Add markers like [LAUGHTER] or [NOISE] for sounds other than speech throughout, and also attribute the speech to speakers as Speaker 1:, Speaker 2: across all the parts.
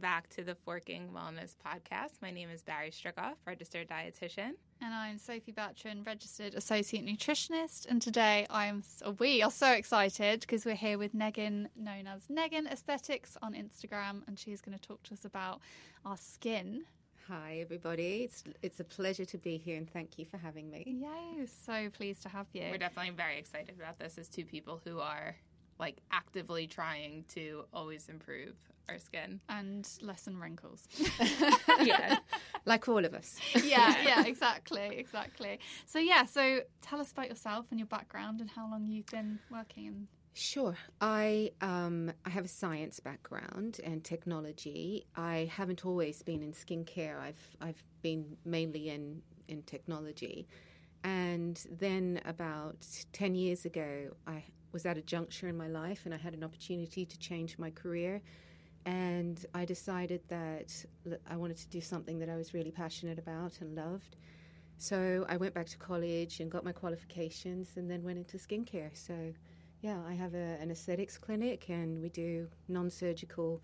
Speaker 1: back to the Forking Wellness Podcast. My name is Barry Strickoff, registered dietitian.
Speaker 2: And I'm Sophie Batchin, registered associate nutritionist. And today I'm so, we are so excited because we're here with Negan, known as Negan Aesthetics on Instagram, and she's going to talk to us about our skin.
Speaker 3: Hi, everybody. It's it's a pleasure to be here, and thank you for having me.
Speaker 2: Yay! So pleased to have you.
Speaker 1: We're definitely very excited about this as two people who are like actively trying to always improve our skin.
Speaker 2: and lessen [LAUGHS] wrinkles.
Speaker 1: yeah.
Speaker 3: Like all of us.
Speaker 2: yeah, yeah, exactly, exactly. So yeah, so tell us about yourself and your background and how long you've been working. In...
Speaker 3: Sure. I um, I have a science background and technology. I haven't always been in skincare. I've I've been mainly in in technology, and then about ten years ago, I was at a juncture in my life, and I had an opportunity to change my career, and I decided that l- I wanted to do something that I was really passionate about and loved. So I went back to college and got my qualifications, and then went into skincare. So. Yeah, I have a, an aesthetics clinic and we do non surgical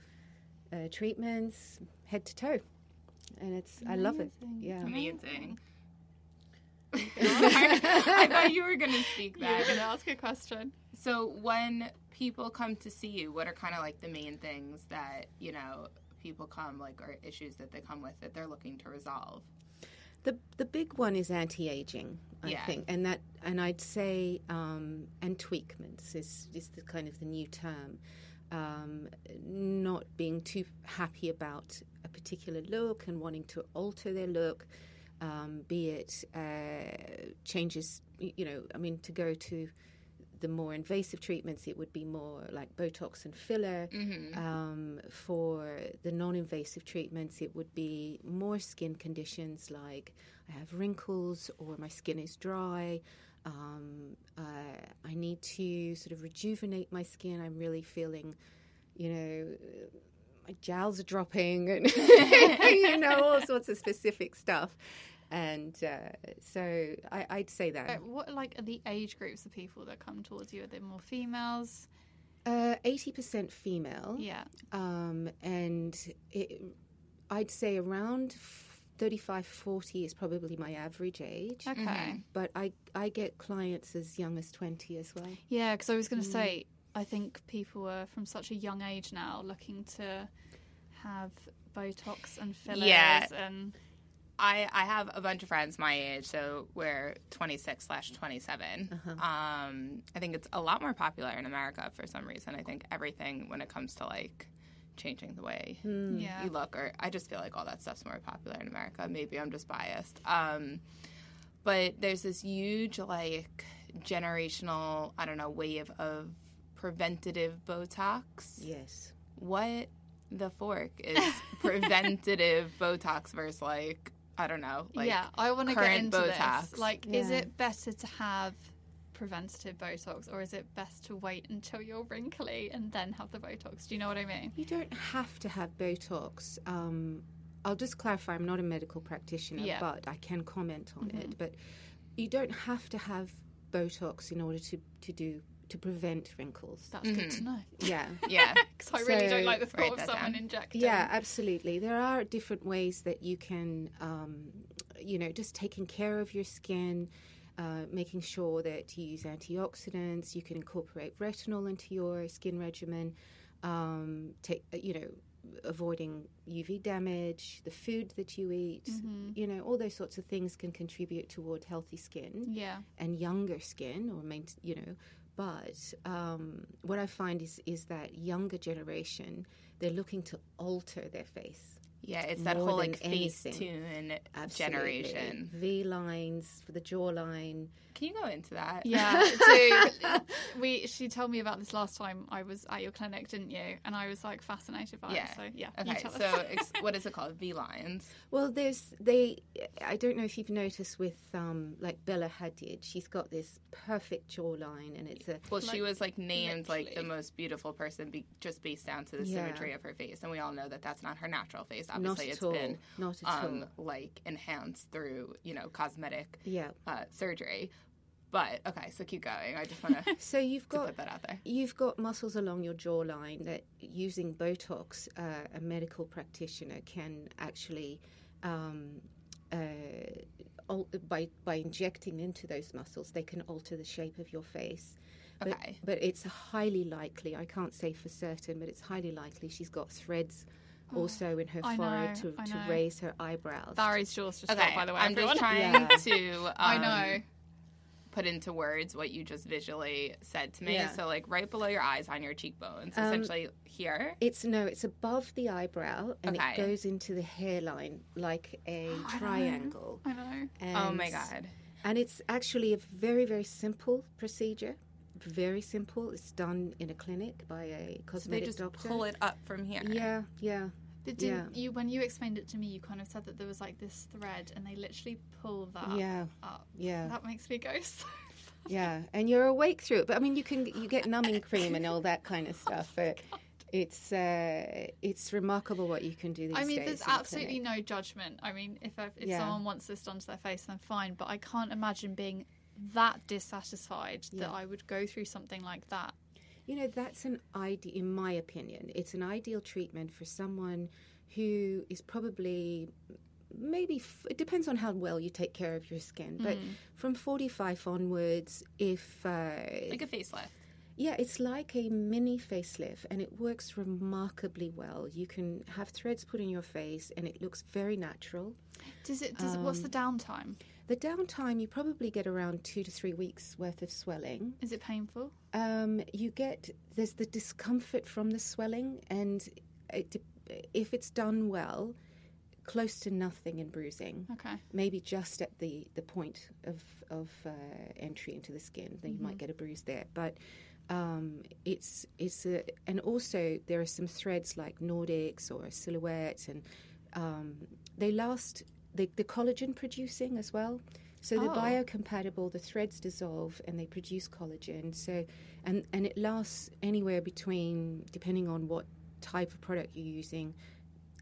Speaker 3: uh, treatments head to toe. And it's, I love it.
Speaker 2: Amazing.
Speaker 3: Yeah.
Speaker 1: [LAUGHS] [LAUGHS] Amazing. I thought you were going to speak
Speaker 2: You're
Speaker 1: that.
Speaker 2: going to ask a question.
Speaker 1: So when people come to see you, what are kind of like the main things that, you know, people come like or issues that they come with that they're looking to resolve?
Speaker 3: The, the big one is anti aging, I
Speaker 1: Yeah.
Speaker 3: think. And that, and I'd say, um, and tweakments is, is the kind of the new term. Um, not being too happy about a particular look and wanting to alter their look. um, be it uh, changes, y- you know, I mean, to go to the more invasive treatments, it would be more like Botox and filler.
Speaker 1: Mm-hmm.
Speaker 3: Um, for the non invasive treatments, it would be more skin conditions like I have wrinkles or my skin is dry. Um, uh, I need to sort of rejuvenate my skin. I'm really feeling, you know, uh, my jowls are dropping and [LAUGHS] you know all sorts of specific stuff and uh, so I, i'd say
Speaker 2: Uh,
Speaker 3: that
Speaker 2: What like are the age groups of people that come towards you? Are they more females?
Speaker 3: uh, 80% female
Speaker 2: Yeah.
Speaker 3: um, and it, i'd say around 35 40 is probably my average age
Speaker 2: Okay.
Speaker 3: but I, I get clients as young as 20 as well
Speaker 2: Yeah, because I was going to say, I think people are from such a young age now looking to have Botox and fillers
Speaker 1: Yeah.
Speaker 2: and
Speaker 1: I, I have a bunch of friends my age, so we're 26 slash 27. Um, I think it's a lot more popular in America for some reason. I think everything when it comes to like changing the way
Speaker 3: Hmm.
Speaker 2: yeah.
Speaker 1: Mm, you look, or I just feel like all that stuff's more popular in America. Maybe I'm just biased. Um, but there's this huge like generational, I don't know, wave of preventative Botox
Speaker 3: yes
Speaker 1: what the fork
Speaker 2: [LAUGHS]
Speaker 1: is preventative Botox versus like I don't know, like
Speaker 2: yeah, I want to get
Speaker 1: current
Speaker 2: into
Speaker 1: Botox.
Speaker 2: this. Like, is
Speaker 3: Yeah.
Speaker 2: it better to have preventative Botox, or is it best to wait until you're wrinkly and then have the Botox? Do you know what I mean?
Speaker 3: You don't have to have Botox. Um, I'll just clarify I'm not a medical practitioner,
Speaker 2: Yeah. Mm-hmm.
Speaker 3: but I can comment on it. But you don't have to have Botox in order to, to do to prevent wrinkles.
Speaker 2: That's good to know
Speaker 3: yeah.
Speaker 2: [LAUGHS]
Speaker 1: yeah,
Speaker 2: because I really don't
Speaker 3: So-
Speaker 2: like the
Speaker 1: Write
Speaker 2: thought
Speaker 1: that
Speaker 2: of someone
Speaker 1: down.
Speaker 2: injecting.
Speaker 3: Yeah, absolutely. There are different ways that you can, um, you know, just taking care of your skin, uh, making sure that you use antioxidants. You can incorporate retinol into your skin regimen. Um, take, you know, avoiding UV damage, the food that you eat.
Speaker 2: Mm-hmm.
Speaker 3: You know, all those sorts of things can contribute toward healthy skin
Speaker 2: Yeah.
Speaker 3: and younger skin or main, you know but um, what i find is is that younger generation they're looking to alter their face
Speaker 1: yeah. It's that
Speaker 3: More
Speaker 1: whole
Speaker 3: than
Speaker 1: like face tune
Speaker 3: anything.
Speaker 1: generation.
Speaker 3: v lines for the jawline
Speaker 1: Can you go into that?
Speaker 3: [LAUGHS]
Speaker 2: Yeah, do. we. She told me about this last time I was at your clinic, didn't you? And I was like fascinated by
Speaker 1: Yeah.
Speaker 2: it. So yeah,
Speaker 1: [LAUGHS]
Speaker 2: you
Speaker 1: Okay,
Speaker 2: tell us.
Speaker 1: so
Speaker 2: [LAUGHS]
Speaker 1: ex- what is it called? V lines.
Speaker 3: well there's they i don't know if you've noticed with um, like bella hadid she's got this perfect jawline and it's a
Speaker 1: Well, she was like named like the
Speaker 2: literally.
Speaker 1: most beautiful person be- just based down to the
Speaker 3: Yeah.
Speaker 1: symmetry of her face, and we all know that that's not her natural face.
Speaker 3: not
Speaker 1: Obviously, it's
Speaker 3: at all
Speaker 1: been
Speaker 3: not at all
Speaker 1: um, like enhanced through you know cosmetic
Speaker 3: yeah
Speaker 1: uh, surgery. But okay, so keep going. I just want
Speaker 2: [LAUGHS]
Speaker 1: to
Speaker 3: So you've got
Speaker 1: put that out there.
Speaker 3: You've got muscles along your jawline that using Botox, uh, a medical practitioner can actually, um, uh, al- by, by injecting into those muscles, they can alter the shape of your face. But,
Speaker 1: Okay.
Speaker 3: but it's highly likely, I can't say for certain, but it's highly likely she's got threads also in her
Speaker 2: I
Speaker 3: forehead
Speaker 2: know,
Speaker 3: to,
Speaker 2: I
Speaker 3: to
Speaker 2: know.
Speaker 3: raise her eyebrows.
Speaker 2: Barry's jaws just
Speaker 1: Okay,
Speaker 2: dropped, by the way.
Speaker 1: I'm
Speaker 2: everyone.
Speaker 1: just trying [LAUGHS]
Speaker 3: Yeah.
Speaker 1: to. Um,
Speaker 2: [LAUGHS] I know.
Speaker 1: Put into words what you just visually said to me.
Speaker 3: Yeah.
Speaker 1: So like right below your eyes on your cheekbones,
Speaker 3: Um,
Speaker 1: essentially here.
Speaker 3: It's no, it's above the eyebrow and
Speaker 1: Okay.
Speaker 3: it goes into the hairline like a
Speaker 2: know.
Speaker 3: triangle.
Speaker 2: I know.
Speaker 1: oh my
Speaker 3: And-
Speaker 1: god.
Speaker 3: And it's actually a very, very simple procedure. Very simple. It's done in a clinic by a
Speaker 1: So they
Speaker 3: cosmetic
Speaker 1: just
Speaker 3: doctor.
Speaker 1: pull it up from here.
Speaker 3: Yeah, yeah.
Speaker 2: But didn't you, when you explained it to me, you kind of said that there was like this thread, and they literally pull
Speaker 1: Ah.
Speaker 2: that
Speaker 3: Yeah,
Speaker 2: up.
Speaker 3: yeah,
Speaker 2: That makes me go. [LAUGHS] So
Speaker 3: yeah. And you're awake through it. But I mean, you can you get numbing cream and all that kind
Speaker 1: [LAUGHS]
Speaker 3: of
Speaker 1: Oh
Speaker 3: stuff. But it's uh, it's remarkable what you can do these
Speaker 2: I mean,
Speaker 3: days.
Speaker 2: there's
Speaker 3: in
Speaker 2: absolutely
Speaker 3: clinic.
Speaker 2: no judgment. I mean, if I, if
Speaker 3: Yeah.
Speaker 2: someone wants this done to their face, then fine. But I can't imagine being that dissatisfied that
Speaker 3: Yeah.
Speaker 2: I would go through something like that.
Speaker 3: You know, that's an ideal, in my opinion, it's an ideal treatment for someone who is probably maybe f- it depends on how well you take care of your skin but
Speaker 1: Mm.
Speaker 3: from 45 onwards if uh,
Speaker 1: Like a facelift.
Speaker 3: yeah it's like a mini facelift and it works remarkably well you can have threads put in your face and it looks very natural
Speaker 2: Does it? Does it what's the downtime?
Speaker 3: the downtime you probably get around two to three weeks worth of swelling
Speaker 2: Is it painful?
Speaker 3: um, you get there's the discomfort from the swelling, and it, de- if it's done well, close to nothing in bruising.
Speaker 2: Okay.
Speaker 3: Maybe just at the, the point of of uh, entry into the skin, then you might get a bruise there. But um, it's it's a, and also there are some threads like Nordics or Silhouette, and um, they last. They, the collagen producing as well. So they're
Speaker 2: Oh.
Speaker 3: biocompatible. The threads dissolve and they produce collagen. So, and and it lasts anywhere between, depending on what type of product you're using,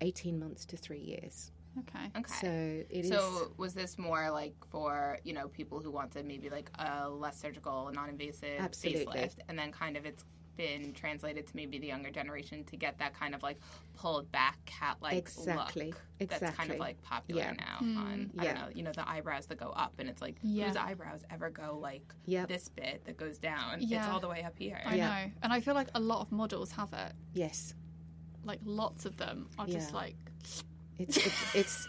Speaker 3: eighteen months to three years.
Speaker 2: Okay.
Speaker 1: Okay.
Speaker 3: So it is.
Speaker 1: So was this more like for you know people who wanted maybe like a less surgical, non-invasive
Speaker 3: Absolutely.
Speaker 1: facelift, and then kind of it's been translated to maybe the younger generation to get that kind of like pulled back cat-like
Speaker 3: Exactly.
Speaker 1: look that's kind
Speaker 3: Exactly.
Speaker 1: of like popular
Speaker 3: Yeah.
Speaker 1: now on I
Speaker 3: Yeah.
Speaker 1: don't know you know the eyebrows that go up and it's like
Speaker 2: Hmm. Yeah.
Speaker 1: whose eyebrows ever go like
Speaker 3: Yep.
Speaker 1: this bit that goes down it's
Speaker 2: Yeah.
Speaker 1: all the way up here
Speaker 2: I
Speaker 3: Yeah.
Speaker 2: know, and I feel like a lot of models have it.
Speaker 3: yes,
Speaker 2: Like lots of them are just
Speaker 3: Yeah.
Speaker 2: like,
Speaker 3: it's
Speaker 1: [LAUGHS]
Speaker 3: it's it's,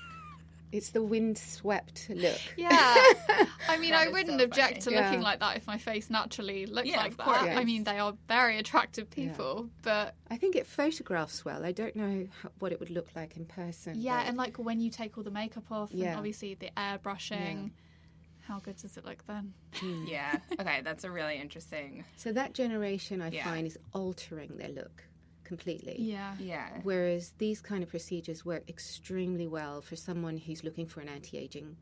Speaker 3: it's the windswept look.
Speaker 2: yeah. [LAUGHS] I mean,
Speaker 1: That
Speaker 2: I
Speaker 1: is
Speaker 2: wouldn't
Speaker 1: so
Speaker 2: object
Speaker 1: funny.
Speaker 2: to
Speaker 3: Yeah.
Speaker 2: looking like that if my face naturally looked
Speaker 1: Yeah,
Speaker 2: like
Speaker 1: of
Speaker 2: that.
Speaker 1: course.
Speaker 2: I mean, they are very attractive
Speaker 3: Yeah.
Speaker 2: people, but
Speaker 3: I think it photographs well. I don't know how, what it would look like in person.
Speaker 2: yeah,
Speaker 3: but-
Speaker 2: and like when you take all the makeup off, and
Speaker 3: Yeah.
Speaker 2: obviously the airbrushing, how good does it look then?
Speaker 1: yeah
Speaker 2: [LAUGHS]
Speaker 1: okay that's a really interesting
Speaker 3: so that generation I
Speaker 1: Yeah.
Speaker 3: find is altering their look completely.
Speaker 2: Yeah,
Speaker 1: yeah
Speaker 3: Whereas these kind of procedures work extremely well for someone who's looking for an anti-aging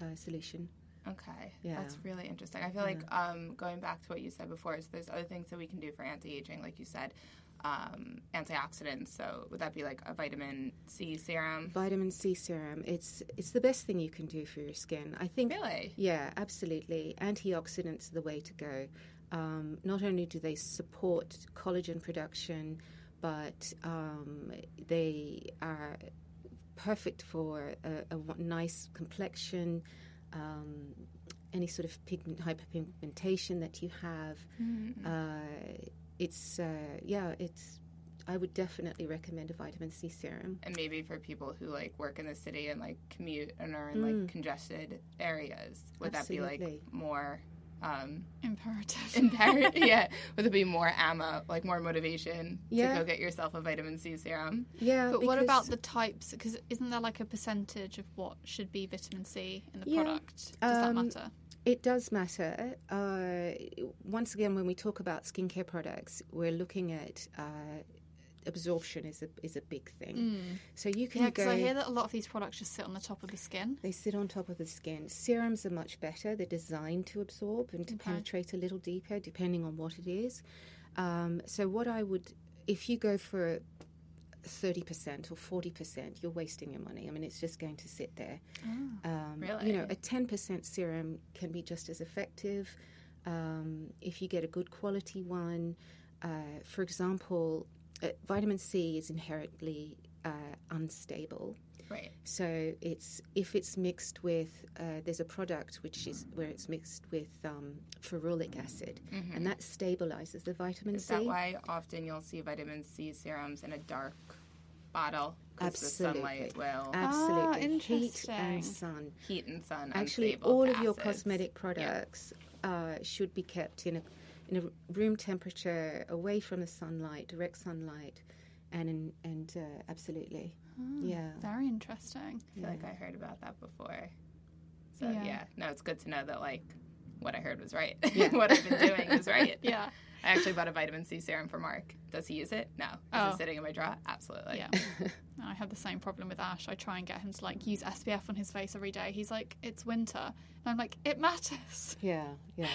Speaker 3: uh, solution.
Speaker 1: Okay.
Speaker 3: Yeah.
Speaker 1: That's really interesting. I feel like um, going back to what you said before is there's other things that we can do for anti-aging, like you said, um, antioxidants. So would that be like a vitamin C serum?
Speaker 3: Vitamin C serum. It's it's the best thing you can do for your skin. I think.
Speaker 1: Really?
Speaker 3: Yeah, absolutely. Antioxidants are the way to go. Um, not only do they support collagen production, but um, they are perfect for a, a wa- nice complexion, um, any sort of pigment, hyperpigmentation that you have. Uh, it's uh, yeah, it's. I would definitely recommend a vitamin C serum.
Speaker 1: And maybe for people who like work in the city and like commute and are in like congested areas, would that be like
Speaker 3: Hmm. Absolutely.
Speaker 1: more um, [LAUGHS]
Speaker 2: imperative.
Speaker 1: imperative? yeah. Would it be more AMA, like more motivation
Speaker 3: Yeah.
Speaker 1: to go get yourself a vitamin C serum?
Speaker 3: Yeah,
Speaker 2: But what about
Speaker 3: Uh, because-
Speaker 2: the types? Because isn't there like a percentage of what should be vitamin C in the
Speaker 3: Yeah.
Speaker 2: product? Does that
Speaker 3: Um,
Speaker 2: matter?
Speaker 3: It does matter. Uh, once again, when we talk about skincare products, we're looking at uh, absorption is a is a big thing. So you can
Speaker 2: Mm. Yeah, because
Speaker 3: go.
Speaker 2: I hear that a lot of these products just sit on the top of the skin.
Speaker 3: they sit on top of the skin. Serums are much better. They're designed to absorb and to penetrate a little deeper, depending on what it is. Um, so what I would, if you go for 30% or 40%, you're wasting your money. I mean, it's just going to sit there. Um,
Speaker 1: Really?
Speaker 3: You know, a 10% serum can be just as effective um, if you get a good quality one. Uh, for example, uh, vitamin C is inherently uh, unstable.
Speaker 1: Right.
Speaker 3: So it's if it's mixed with uh, there's a product which is where it's mixed with um, ferulic acid, and that stabilizes the vitamin
Speaker 1: Mm-hmm. Is
Speaker 3: C.
Speaker 1: that why often you'll see vitamin C serums in a dark bottle? Because the sunlight will
Speaker 2: Ah,
Speaker 3: Absolutely, heat
Speaker 2: interesting.
Speaker 3: and sun.
Speaker 1: heat and sun.
Speaker 3: Actually,
Speaker 1: unstable
Speaker 3: all
Speaker 1: to
Speaker 3: of your
Speaker 1: acids.
Speaker 3: cosmetic products uh, should be kept in a in a room temperature, away from the sunlight, direct sunlight, and in, and uh, absolutely, yeah.
Speaker 2: Ah, Very
Speaker 3: [LAUGHS]
Speaker 2: interesting.
Speaker 1: I feel like I heard about that before. So
Speaker 2: Yeah.
Speaker 1: yeah. no, it's good to know that like what I heard was right. [LAUGHS] what I've been doing is
Speaker 3: [LAUGHS]
Speaker 1: right.
Speaker 2: Yeah.
Speaker 1: I actually bought a vitamin C serum for Mark. Does he use it? No. Is
Speaker 2: Oh.
Speaker 1: it sitting in my drawer? Absolutely.
Speaker 3: [LAUGHS]
Speaker 2: Yeah. I have the same problem with Ash. I try and get him to like use SPF on his face every day. He's like, it's winter. And I'm like, it matters. [LAUGHS]
Speaker 3: Yeah, yeah,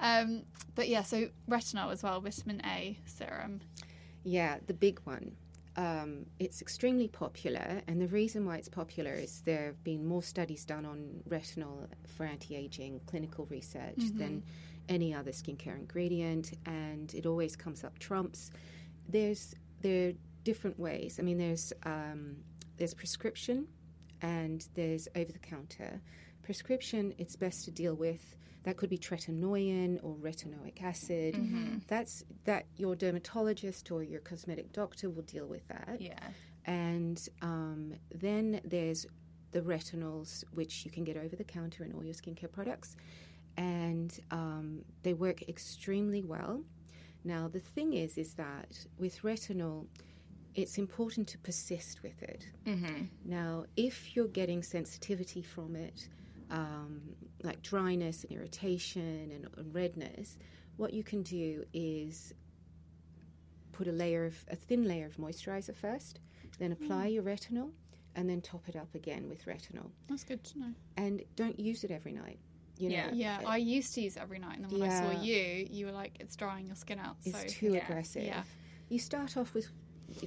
Speaker 2: Um, but yeah, so retinol as well, vitamin A serum.
Speaker 3: yeah. The big one. Um, it's extremely popular, and the reason why it's popular is there have been more studies done on retinol for anti-aging clinical research than any other skincare ingredient, and it always comes up trumps. There's there are different ways. I mean, there's um, there's prescription, and there's over the counter. Prescription, it's best to deal with. That could be tretinoin or retinoic acid.
Speaker 2: Mm-hmm.
Speaker 3: That's that your dermatologist or your cosmetic doctor will deal with that.
Speaker 1: Yeah.
Speaker 3: And um, then there's the retinols, which you can get over the counter in all your skincare products. And um, they work extremely well. Now, the thing is, is that with retinol, it's important to persist with it.
Speaker 1: Mm-hmm.
Speaker 3: Now, if you're getting sensitivity from it, um, like dryness and irritation and, and redness, what you can do is put a layer of a thin layer of moisturizer first, then apply
Speaker 1: Mm.
Speaker 3: your retinol, and then top it up again with retinol.
Speaker 2: That's good to know.
Speaker 3: And don't use it every night. You know,
Speaker 1: Yeah.
Speaker 2: Yeah, I used to use it every night, and then when I
Speaker 3: Yeah.
Speaker 2: saw you, you were like, it's drying your skin out.
Speaker 3: it's
Speaker 2: so
Speaker 3: too
Speaker 1: yeah,
Speaker 3: aggressive.
Speaker 2: yeah.
Speaker 3: You start off with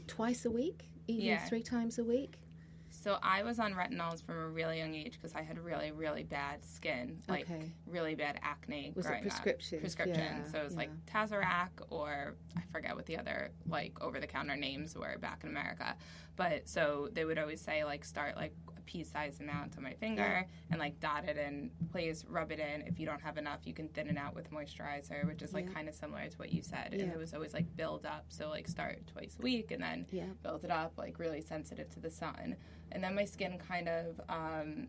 Speaker 3: twice a week, even
Speaker 1: Yeah.
Speaker 3: three times a week.
Speaker 1: So I was on retinols from a really young age because I had really, really bad skin, like
Speaker 3: Okay.
Speaker 1: really bad acne.
Speaker 3: Was it
Speaker 1: growing up.
Speaker 3: prescription?
Speaker 1: Prescription.
Speaker 3: Yeah,
Speaker 1: so it was like Tazarac or I forget what the other like over-the-counter names were back in America. But so they would always say like start like a pea-sized amount on my finger and like dot it in, please rub it in. If you don't have enough, you can thin it out with moisturizer, which is like
Speaker 3: Yeah.
Speaker 1: kind of similar to what you said.
Speaker 3: Yeah.
Speaker 1: And it was always like build up. So like start twice a week and then
Speaker 3: Yeah.
Speaker 1: built it up, like really sensitive to the sun. And then my skin kind of um,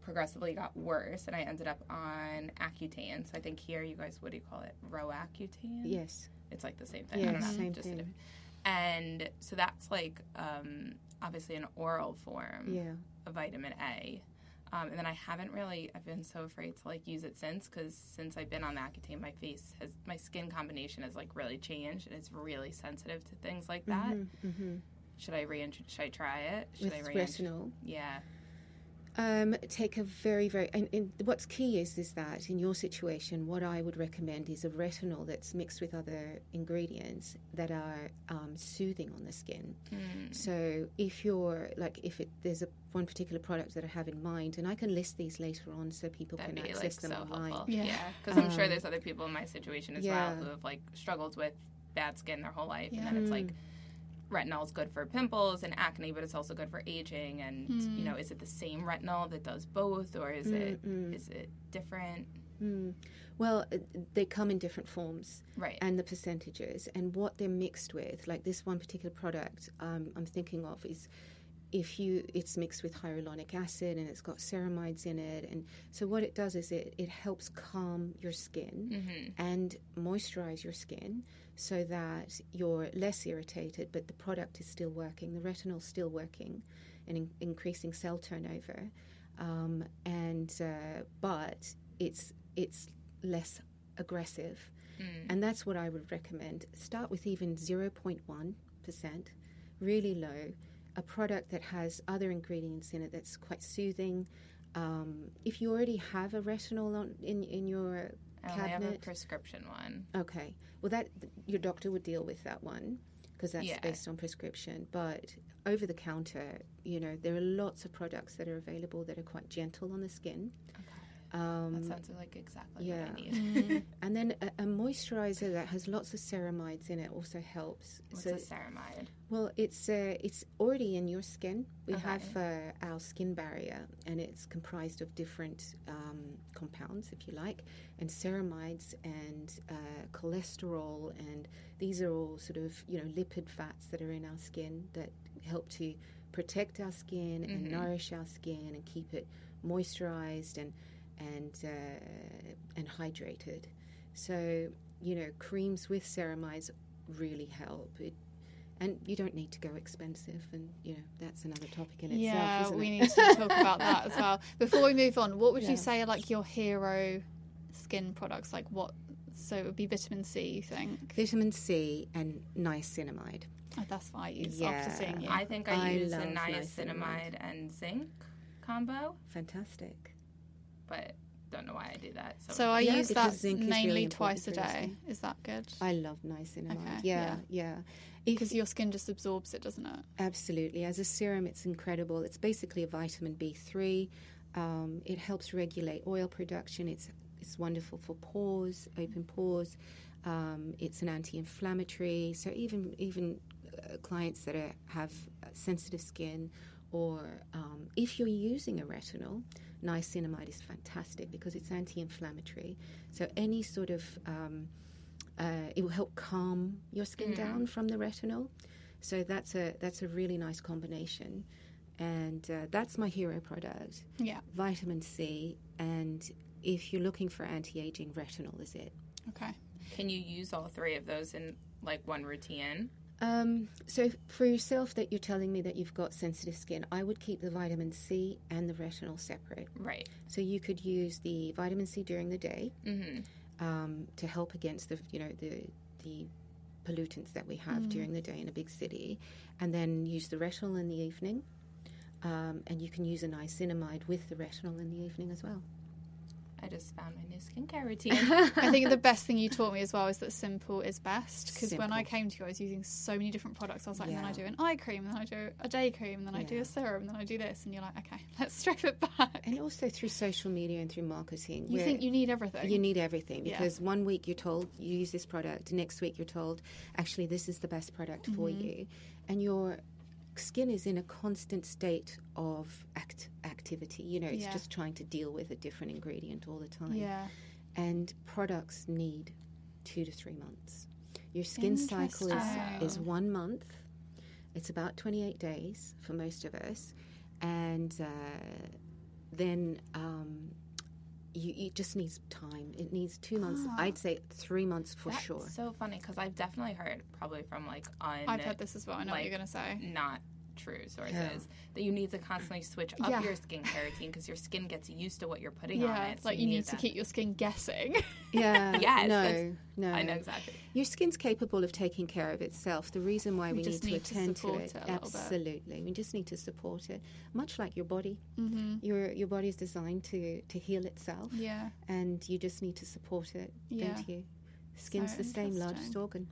Speaker 1: progressively got worse, and I ended up on Accutane. So I think here you guys, what do you call it? Roaccutane?
Speaker 3: Yes.
Speaker 1: It's like the same thing. I
Speaker 3: Yeah,
Speaker 1: don't know. [LAUGHS]
Speaker 3: same
Speaker 1: just a
Speaker 3: thing.
Speaker 1: different- And so that's like um, obviously an oral form
Speaker 3: Yeah.
Speaker 1: of vitamin A. Um, and then I haven't really. I've been so afraid to like use it since because since I've been on the Accutane, my face has my skin combination has like really changed, and it's really sensitive to things like that.
Speaker 3: hmm
Speaker 1: Should I reintroduce? Should I try it? Should
Speaker 3: With
Speaker 1: I reintroduce?
Speaker 3: retinol,
Speaker 1: Yeah.
Speaker 3: um, take a very, very. And, and what's key is is that in your situation, what I would recommend is a retinol that's mixed with other ingredients that are um, soothing on the skin.
Speaker 1: Mm-hmm.
Speaker 3: So if you're like, if it, there's a one particular product that I have in mind, and I can list these later on so people
Speaker 1: That'd
Speaker 3: can
Speaker 1: be
Speaker 3: access
Speaker 1: like so
Speaker 3: them online. Um,
Speaker 1: helpful.
Speaker 2: Yeah.
Speaker 1: Yeah, because I'm sure there's other people in my situation as
Speaker 3: Yeah.
Speaker 1: well who have like struggled with bad skin their whole life, and then it's like retinol's good for pimples and acne, but it's also good for aging. And you
Speaker 3: Hmm.
Speaker 1: know, is it the same retinol that does both, or is it is it different?
Speaker 3: Mm. Mm-hmm, Well, uh, they come in different forms.
Speaker 1: Right.
Speaker 3: and the percentages and what they're mixed with. Like this one particular product um, I'm thinking of is if you it's mixed with hyaluronic acid and it's got ceramides in it and so what it does is it, it helps calm your skin
Speaker 1: Mm-hmm.
Speaker 3: and moisturize your skin so that you're less irritated but the product is still working the retinol's still working and in, increasing cell turnover um, and uh, but it's it's less aggressive
Speaker 1: Mm.
Speaker 3: and that's what I would recommend. Start with even 0.1%, really low, a product that has other ingredients in it that's quite soothing. Um, if you already have a retinol on, in, in your
Speaker 1: I only have a
Speaker 3: cabinet,
Speaker 1: prescription one.
Speaker 3: okay, well, that your doctor would deal with that one. because that's
Speaker 1: Yeah.
Speaker 3: based on prescription. But over the counter, you know, there are lots of products that are available that are quite gentle on the skin. Um,
Speaker 1: That sounds like exactly
Speaker 3: yeah.
Speaker 1: what I
Speaker 3: [LAUGHS]
Speaker 2: Mm,
Speaker 1: need.
Speaker 3: and then a, a moisturizer that has lots of ceramides in it also helps.
Speaker 1: What's a
Speaker 3: So-
Speaker 1: ceramide?
Speaker 3: well, it's uh, it's already in your skin. We
Speaker 1: Okay.
Speaker 3: have uh, our skin barrier, and it's comprised of different um, compounds, if you like, and ceramides and uh, cholesterol, and these are all sort of you know lipid fats that are in our skin that help to protect our skin and nourish our skin and keep it moisturized and and uh, and hydrated. So you know, creams with ceramides really help. It and you don't need to go expensive, and you know that's another topic in itself.
Speaker 2: yeah,
Speaker 3: isn't
Speaker 2: we
Speaker 3: it?
Speaker 2: need to talk about that as
Speaker 3: [LAUGHS]
Speaker 2: well. Before we move on, what would
Speaker 3: Yeah.
Speaker 2: you say are like your hero skin products? Like what? So it would be vitamin C, you think?
Speaker 3: Vitamin C and niacinamide.
Speaker 2: Oh, that's what I use
Speaker 3: Yeah.
Speaker 2: after seeing you.
Speaker 1: I think I,
Speaker 3: I
Speaker 1: use the
Speaker 3: love
Speaker 1: niacinamide
Speaker 3: niacinamide.
Speaker 1: and zinc combo,
Speaker 3: Fantastic.
Speaker 1: but don't know why I do that. So,
Speaker 2: so I
Speaker 3: Yeah,
Speaker 2: use
Speaker 3: because
Speaker 2: that
Speaker 3: zinc is really
Speaker 2: mainly
Speaker 3: important
Speaker 2: twice a
Speaker 3: for your
Speaker 2: day.
Speaker 3: skin.
Speaker 2: Is that good?
Speaker 3: I love niacinamide.
Speaker 2: Okay,
Speaker 3: yeah, yeah. If-
Speaker 2: Because your skin just absorbs it, doesn't it?
Speaker 3: Absolutely. As a serum, it's incredible. It's basically a vitamin B3. Um, it helps regulate oil production. It's, it's wonderful for pores, open pores. Um, it's an anti inflammatory. So, even, even uh, clients that are, have uh, sensitive skin, or um, if you're using a retinol, niacinamide is fantastic because it's anti inflammatory. So, any sort of um, uh, it will help calm your skin down from the retinol. So that's a that's a really nice combination, and uh, that's my hero product,
Speaker 2: Yeah.
Speaker 3: vitamin C. And if you're looking for anti-aging, retinol is it.
Speaker 2: Okay.
Speaker 1: can you use all three of those in like one routine?
Speaker 3: Um, so for yourself, that you're telling me that you've got sensitive skin, I would keep the vitamin C and the retinol separate.
Speaker 1: Right.
Speaker 3: So you could use the vitamin C during the day
Speaker 1: Mm-hmm.
Speaker 3: um, to help against the you know the the pollutants that we have during the day in a big city, and then use the retinol in the evening. Um, and you can use a niacinamide with the retinol in the evening as well.
Speaker 1: I just found my new skincare
Speaker 2: [LAUGHS]
Speaker 1: routine.
Speaker 2: I think the best thing you taught me as well is that simple is best. Because when I
Speaker 3: Simple.
Speaker 2: came to you, I was using so many different products. I was like, and then I
Speaker 3: Yeah.
Speaker 2: do an eye cream, and then I do a day cream, and then I do
Speaker 3: Yeah.
Speaker 2: a serum, and then I do this. And you're like, okay, [LAUGHS] let's strip it back.
Speaker 3: And also through social media and through marketing.
Speaker 2: You
Speaker 3: we're-
Speaker 2: think you need everything.
Speaker 3: you need everything
Speaker 2: Yeah.
Speaker 3: because one week you're told you use this product, next week you're told actually this is the best product for you, and your skin is in a constant state of act- activity. You know, it's
Speaker 2: Yeah.
Speaker 3: just trying to deal with a different ingredient all the time.
Speaker 2: yeah.
Speaker 3: and products need two to three months. Your skin cycle is,
Speaker 2: Interesting.
Speaker 3: is one month. It's about 28 days for most of us. And uh, then um, you, it just needs time. It needs two months.
Speaker 2: Ah.
Speaker 3: I'd say three months for
Speaker 1: That's
Speaker 2: [LAUGHS]
Speaker 3: sure.
Speaker 1: so funny because I've definitely heard probably from like un
Speaker 2: I've heard this as well. I know what you're
Speaker 1: like,
Speaker 2: going to say.
Speaker 1: not true sources that you need to constantly switch up
Speaker 2: Yeah.
Speaker 1: your skincare routine because your skin gets used to what you're putting on
Speaker 2: Yeah,
Speaker 1: it.
Speaker 2: it's
Speaker 1: so
Speaker 2: like you need to
Speaker 1: that.
Speaker 2: keep your skin guessing. [LAUGHS]
Speaker 3: Yeah.
Speaker 1: Yes,
Speaker 3: no,
Speaker 1: that's-
Speaker 3: no.
Speaker 1: I know exactly.
Speaker 3: Your skin's capable of taking care of itself. The reason why we,
Speaker 2: just need
Speaker 3: need to
Speaker 2: to
Speaker 3: attend to,
Speaker 2: support
Speaker 3: it,
Speaker 2: it a little bit.
Speaker 3: absolutely, we just need to support it, much like your body. Your your body is designed to to heal itself,
Speaker 2: yeah.
Speaker 3: and you just need to support it,
Speaker 2: Yeah.
Speaker 3: don't you? Skin's
Speaker 2: So
Speaker 3: the same largest
Speaker 2: interesting.
Speaker 3: organ.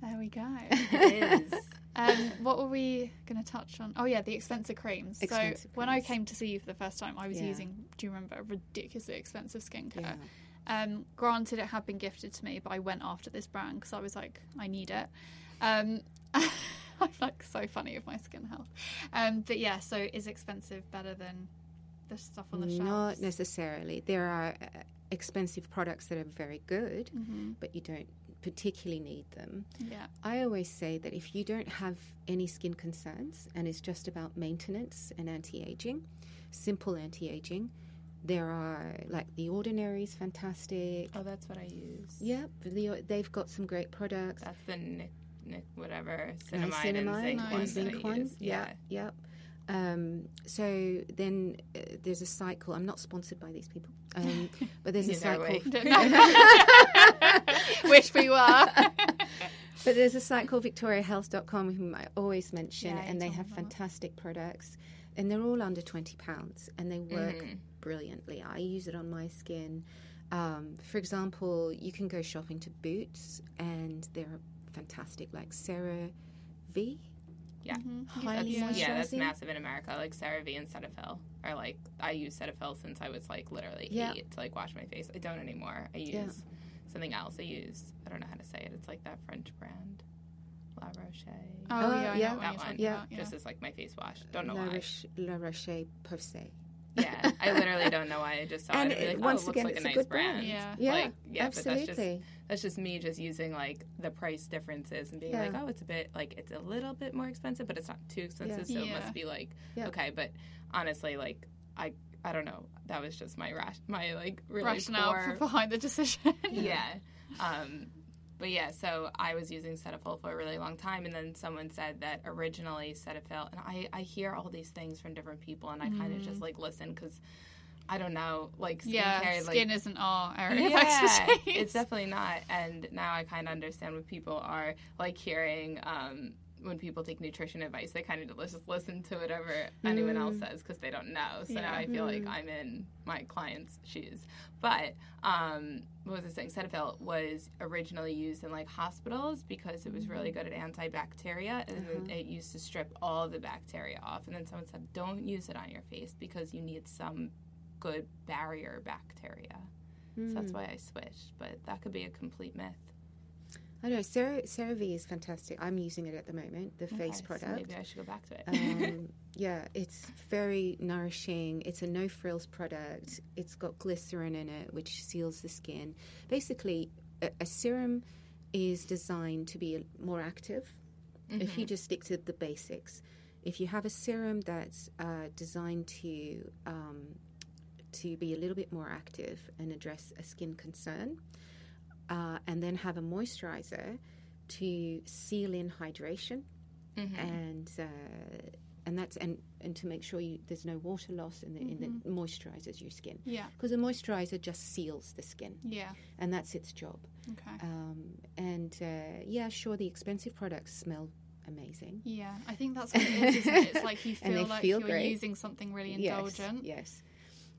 Speaker 2: There we
Speaker 3: [LAUGHS]
Speaker 2: go.
Speaker 1: It is.
Speaker 2: Um, what were we going to touch on? Oh yeah, the expensive creams. so
Speaker 3: Expensive
Speaker 2: when I
Speaker 3: creams.
Speaker 2: came to see you for the first time, I was
Speaker 3: Yeah.
Speaker 2: using. Do you remember ridiculously expensive skincare?
Speaker 3: Yeah.
Speaker 2: Um, granted, it had been gifted to me, but I went after this brand because I was like, I need it. Um, [LAUGHS] I'm like so funny with my skin health. Um, but yeah, so is expensive better than the stuff on the
Speaker 3: Not
Speaker 2: shelves?
Speaker 3: necessarily. There are uh, expensive products that are very good,
Speaker 2: Mhm.
Speaker 3: but you don't particularly need them.
Speaker 2: Yeah.
Speaker 3: I always say that if you don't have any skin concerns and it's just about maintenance and anti aging, simple anti aging, there are like The Ordinary's fantastic.
Speaker 1: Oh, that's what I use.
Speaker 3: Yep, the, they've got some great products.
Speaker 1: That's the Nick, Nick whatever cinnamide, and
Speaker 3: Niacinamide
Speaker 1: zinc
Speaker 2: and
Speaker 1: one. that
Speaker 2: zinc
Speaker 1: I
Speaker 3: one.
Speaker 1: use.
Speaker 3: Yeah,
Speaker 1: Yeah.
Speaker 3: yep. Um, so then uh, there's a cycle. I'm not sponsored by these people, um, but there's a
Speaker 1: Neither are
Speaker 3: cycle.
Speaker 1: we.
Speaker 2: [LAUGHS]
Speaker 3: [LAUGHS]
Speaker 2: Don't know. [LAUGHS] Wish we were.
Speaker 3: But there's a site called VictoriaHealth.com, whom I always mention,
Speaker 2: Yeah, you
Speaker 3: and they
Speaker 2: told me
Speaker 3: have
Speaker 2: about that.
Speaker 3: fantastic products, and they're all under twenty pounds, and they work
Speaker 1: Mhm.
Speaker 3: brilliantly. I use it on my skin. Um, for example, you can go shopping to Boots, and there are fantastic like Sarah V.
Speaker 1: Yeah.
Speaker 3: Highly
Speaker 1: That's- yeah, that's
Speaker 3: moisturizing.
Speaker 1: massive in America. Like CeraVe and Cetaphil are like I use Cetaphil since I was like literally
Speaker 3: Yeah.
Speaker 1: eight to like wash my face. I don't anymore. I use
Speaker 3: Yeah.
Speaker 1: something else. I use I don't know how to say it. It's like that French brand, La Roche.
Speaker 2: Oh, yeah,
Speaker 3: Uh,
Speaker 2: I know
Speaker 3: yeah.
Speaker 1: That
Speaker 2: what you're
Speaker 1: one.
Speaker 2: talking
Speaker 3: Yeah.
Speaker 2: about. Yeah.
Speaker 1: Just as like my face wash. Don't know
Speaker 3: La,
Speaker 1: why.
Speaker 3: Roche, La Roche Posay.
Speaker 1: yeah, I literally don't know why. I just saw
Speaker 3: And
Speaker 1: it. And
Speaker 3: it-
Speaker 1: be like,
Speaker 3: once
Speaker 1: oh, it looks
Speaker 3: again,
Speaker 1: like a
Speaker 3: it's a
Speaker 1: nice
Speaker 3: good
Speaker 1: brand.
Speaker 3: brand.
Speaker 2: Yeah.
Speaker 3: Yeah,
Speaker 1: like, yeah But that's just
Speaker 3: absolutely.
Speaker 1: that's just me just using like the price differences and being
Speaker 3: Yeah.
Speaker 1: like, oh, it's a bit like it's a little bit more expensive, but it's not too expensive, so it
Speaker 2: Yeah.
Speaker 1: must be like
Speaker 3: Yeah.
Speaker 1: okay. But honestly, like I I don't know. That was just my rash my like really
Speaker 2: Rationale
Speaker 1: poor-
Speaker 2: behind the decision.
Speaker 1: [LAUGHS] yeah. Um, but yeah, so I was using Cetaphil for a really long time, and then someone said that originally Cetaphil, and I, I hear all these things from different people, and I kind of just like listen because I don't know, like skincare,
Speaker 2: [LAUGHS] Mm-hmm. yeah,
Speaker 1: like
Speaker 2: skin isn't our area of
Speaker 1: yeah,
Speaker 2: expertise.
Speaker 1: it's [LAUGHS] definitely not. And now I kind of understand what people are like hearing um, when people take nutrition advice. They kind of just listen to whatever anyone else says because they don't know. So now
Speaker 2: Yeah.
Speaker 1: I feel like I'm in my client's shoes. But um, what was I saying? Cetaphil was originally used in like hospitals because it was really good at antibacteria, and then it used to strip all the bacteria off. And then someone said, "Don't use it on your face because you need some." Good barrier bacteria. So
Speaker 3: Mm.
Speaker 1: that's why I switched, but that could be a complete myth.
Speaker 3: I know Cera, CeraVe is fantastic. I'm using it at the moment, the
Speaker 1: Okay,
Speaker 3: face
Speaker 1: so
Speaker 3: product.
Speaker 1: maybe I should go back to it. [LAUGHS]
Speaker 3: um, yeah, it's very nourishing. It's a no frills product. It's got glycerin in it, which seals the skin. Basically, a, a serum is designed to be more active if you just stick to the basics. If you have a serum that's uh, designed to um, to be a little bit more active and address a skin concern, uh, and then have a moisturizer to seal in hydration
Speaker 1: Mm-hmm.
Speaker 3: and uh, and that's and and to make sure you, there's no water loss and the, and it moisturizes your skin
Speaker 2: [LAUGHS] yeah,
Speaker 3: because the moisturizer just seals the skin
Speaker 2: yeah,
Speaker 3: and that's its job.
Speaker 2: okay.
Speaker 3: Um, and uh, yeah, sure, the expensive products smell amazing.
Speaker 2: Yeah, I think that's what it is, isn't it? It's like you
Speaker 3: [LAUGHS] And
Speaker 2: feel
Speaker 3: they
Speaker 2: like
Speaker 3: feel
Speaker 2: you're
Speaker 3: great.
Speaker 2: using something really
Speaker 3: Yes,
Speaker 2: indulgent.
Speaker 3: Yes.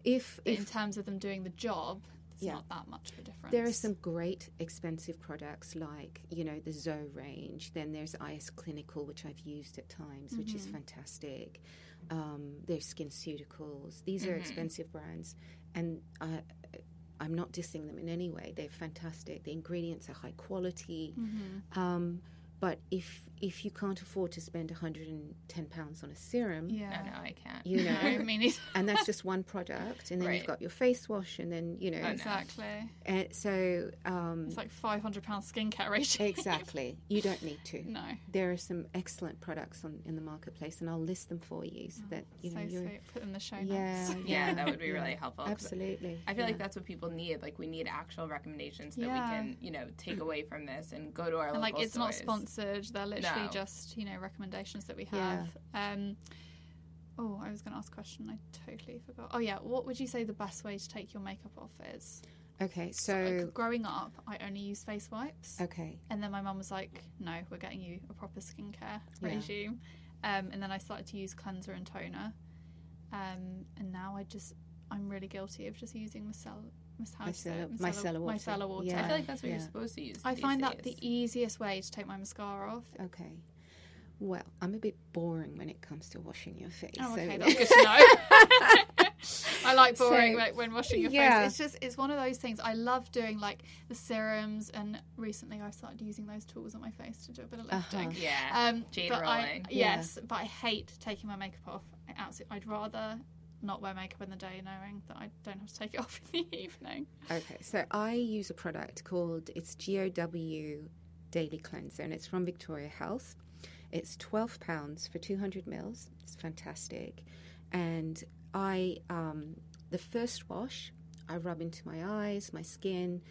Speaker 3: If
Speaker 2: But in
Speaker 3: if
Speaker 2: terms of them doing the job, it's
Speaker 3: Yeah.
Speaker 2: not that much of a difference.
Speaker 3: there are some great expensive products like you know the Zoe range, then there's IS Clinical, which I've used at times, which
Speaker 2: Mm-hmm.
Speaker 3: is fantastic. Um, there's SkinCeuticals; these
Speaker 2: Mm-hmm.
Speaker 3: are expensive brands, and I, I'm not dissing them in any way. They're fantastic. The ingredients are high quality.
Speaker 2: Mm-hmm.
Speaker 3: Um, but if if you can't afford to spend 110 pounds on a serum,
Speaker 1: no,
Speaker 2: Yeah.
Speaker 1: no, I can't.
Speaker 3: you
Speaker 2: No, [LAUGHS] I
Speaker 3: know,
Speaker 2: mean,
Speaker 3: [LAUGHS]
Speaker 2: it's-
Speaker 3: and that's just one product, and
Speaker 2: [LAUGHS]
Speaker 3: then
Speaker 1: Right.
Speaker 3: you've got your face wash, and then you know,
Speaker 1: Oh, no.
Speaker 2: exactly.
Speaker 3: and Uh, so um,
Speaker 2: It's like £500 skincare [LAUGHS] ratio.
Speaker 3: Exactly. You don't need to.
Speaker 2: No.
Speaker 3: There are some excellent products on in the marketplace, and I'll list them for you so that you
Speaker 2: Oh, so
Speaker 3: know you're.
Speaker 2: sweet. Put in the show
Speaker 1: [LAUGHS]
Speaker 3: Yeah,
Speaker 2: notes.
Speaker 1: [LAUGHS] Yeah, that would be really helpful. 'cause
Speaker 3: Absolutely.
Speaker 1: I feel
Speaker 3: yeah.
Speaker 1: like that's what people need. Like we need actual recommendations that
Speaker 2: Yeah.
Speaker 1: we can, you know, take away from this and go to our
Speaker 2: And like,
Speaker 1: local
Speaker 2: it's not
Speaker 1: stores.
Speaker 2: sponsored. They're literally
Speaker 1: No.
Speaker 2: just, you know, recommendations that we
Speaker 3: Yeah.
Speaker 2: have. Um, oh, I was going to ask a question. I totally forgot. Oh, yeah. What would you say the best way to take your makeup off is?
Speaker 3: Okay,
Speaker 2: Like,
Speaker 3: so
Speaker 2: growing up, I only used face wipes.
Speaker 3: okay,
Speaker 2: And then my mum was like, no, we're getting you a proper skincare
Speaker 3: Yeah.
Speaker 2: regime. Um, and then I started to use cleanser and toner. Um, and now I just, I'm really guilty of just using micellar,
Speaker 3: Micellar-
Speaker 2: micellar,
Speaker 3: micellar water.
Speaker 2: micellar water.
Speaker 1: I
Speaker 3: Yeah.
Speaker 1: feel like that's what you're
Speaker 3: Yeah.
Speaker 1: supposed to use.
Speaker 2: I
Speaker 1: these
Speaker 2: find that the
Speaker 1: days.
Speaker 2: easiest way to take my mascara off.
Speaker 3: okay. Well, I'm a bit boring when it comes to washing your face.
Speaker 2: Oh,
Speaker 3: so- [LAUGHS]
Speaker 2: okay, that's good to know. [LAUGHS] I like boring
Speaker 3: So,
Speaker 2: like, when washing your
Speaker 3: yeah.
Speaker 2: face. It's just it's one of those things. I love doing like the serums, and recently I started using those tools on my face to do a bit of lifting.
Speaker 3: Uh-huh.
Speaker 1: yeah,
Speaker 2: Um,
Speaker 1: Jade
Speaker 2: but I,
Speaker 1: rolling.
Speaker 3: Yeah.
Speaker 2: yes, but I hate taking my makeup off. I absolutely, I'd rather not wear makeup in the day, knowing that I don't have to take it off [LAUGHS] in the evening.
Speaker 3: Okay, so I use a product called it's GOW Daily Cleanser, and it's from Victoria Health. It's twelve pounds for two hundred mils. It's fantastic, and I um, the first wash I rub into my eyes, my skin,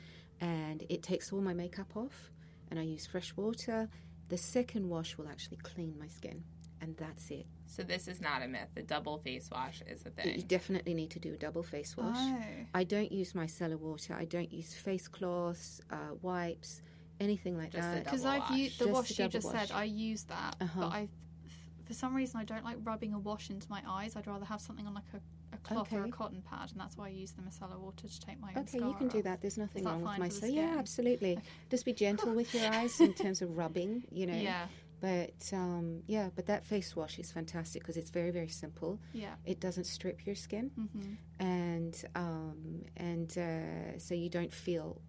Speaker 3: and it takes all my makeup off. And I use fresh water. The second wash will actually clean my skin, and that's it.
Speaker 1: so this is not a myth. The double face wash is a thing.
Speaker 3: You definitely need to do a double face wash.
Speaker 2: Oh.
Speaker 3: I don't use micellar water. I don't use face cloths, uh, wipes, anything like
Speaker 1: Just a double-
Speaker 3: that.
Speaker 2: because I've
Speaker 1: wash.
Speaker 2: used the
Speaker 3: Just
Speaker 2: wash
Speaker 3: the
Speaker 2: you
Speaker 3: double
Speaker 2: just
Speaker 3: wash.
Speaker 2: said. I use that,
Speaker 3: Uh-huh.
Speaker 2: but I, f- for some reason, I don't like rubbing a wash into my eyes. I'd rather have something on like a, a cloth or a
Speaker 3: Okay.
Speaker 2: cotton pad, and that's why I use the micellar water to take my
Speaker 3: Okay, you can
Speaker 2: mascara
Speaker 3: do
Speaker 2: off.
Speaker 3: that. There's nothing
Speaker 2: that
Speaker 3: wrong with
Speaker 2: fine for the
Speaker 3: micellar. Yeah,
Speaker 2: skin? [LAUGHS]
Speaker 3: absolutely. Just be gentle with your eyes in terms of rubbing. You know,
Speaker 2: Yeah,
Speaker 3: But um, yeah, but that face wash is fantastic because it's very, very simple.
Speaker 2: Yeah.
Speaker 3: It doesn't strip your skin,
Speaker 2: Mm-hmm.
Speaker 3: and um, and uh, so you don't feel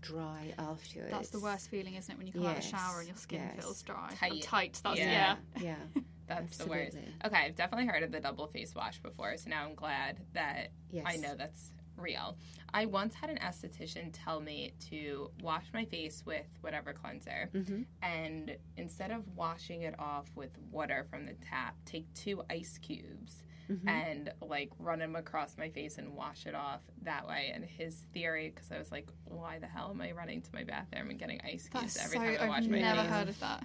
Speaker 3: dry afterwards.
Speaker 2: That's the worst feeling, isn't it, when you come out of the shower
Speaker 3: Yes,
Speaker 2: and your skin
Speaker 3: yes.
Speaker 2: feels dry or
Speaker 1: Tight.
Speaker 2: tight. That's yeah.
Speaker 1: Yeah.
Speaker 3: yeah,
Speaker 1: [LAUGHS] That's the worst.
Speaker 3: absolutely.
Speaker 1: Okay, I've definitely heard of the double face wash before, so now I'm glad that
Speaker 3: Yes,
Speaker 1: I know that's real. I once had an esthetician tell me to wash my face with whatever cleanser,
Speaker 3: Mhm.
Speaker 1: and instead of washing it off with water from the tap, take two ice cubes
Speaker 3: Mhm.
Speaker 2: Mm-hmm.
Speaker 1: and like run them across my face and wash it off that way. And his theory, because I was like, why the hell am I running to my bathroom and getting ice cubes
Speaker 2: That's
Speaker 1: every
Speaker 2: so.
Speaker 1: time I wash
Speaker 2: I've
Speaker 1: my
Speaker 2: never
Speaker 1: face?
Speaker 2: heard of that.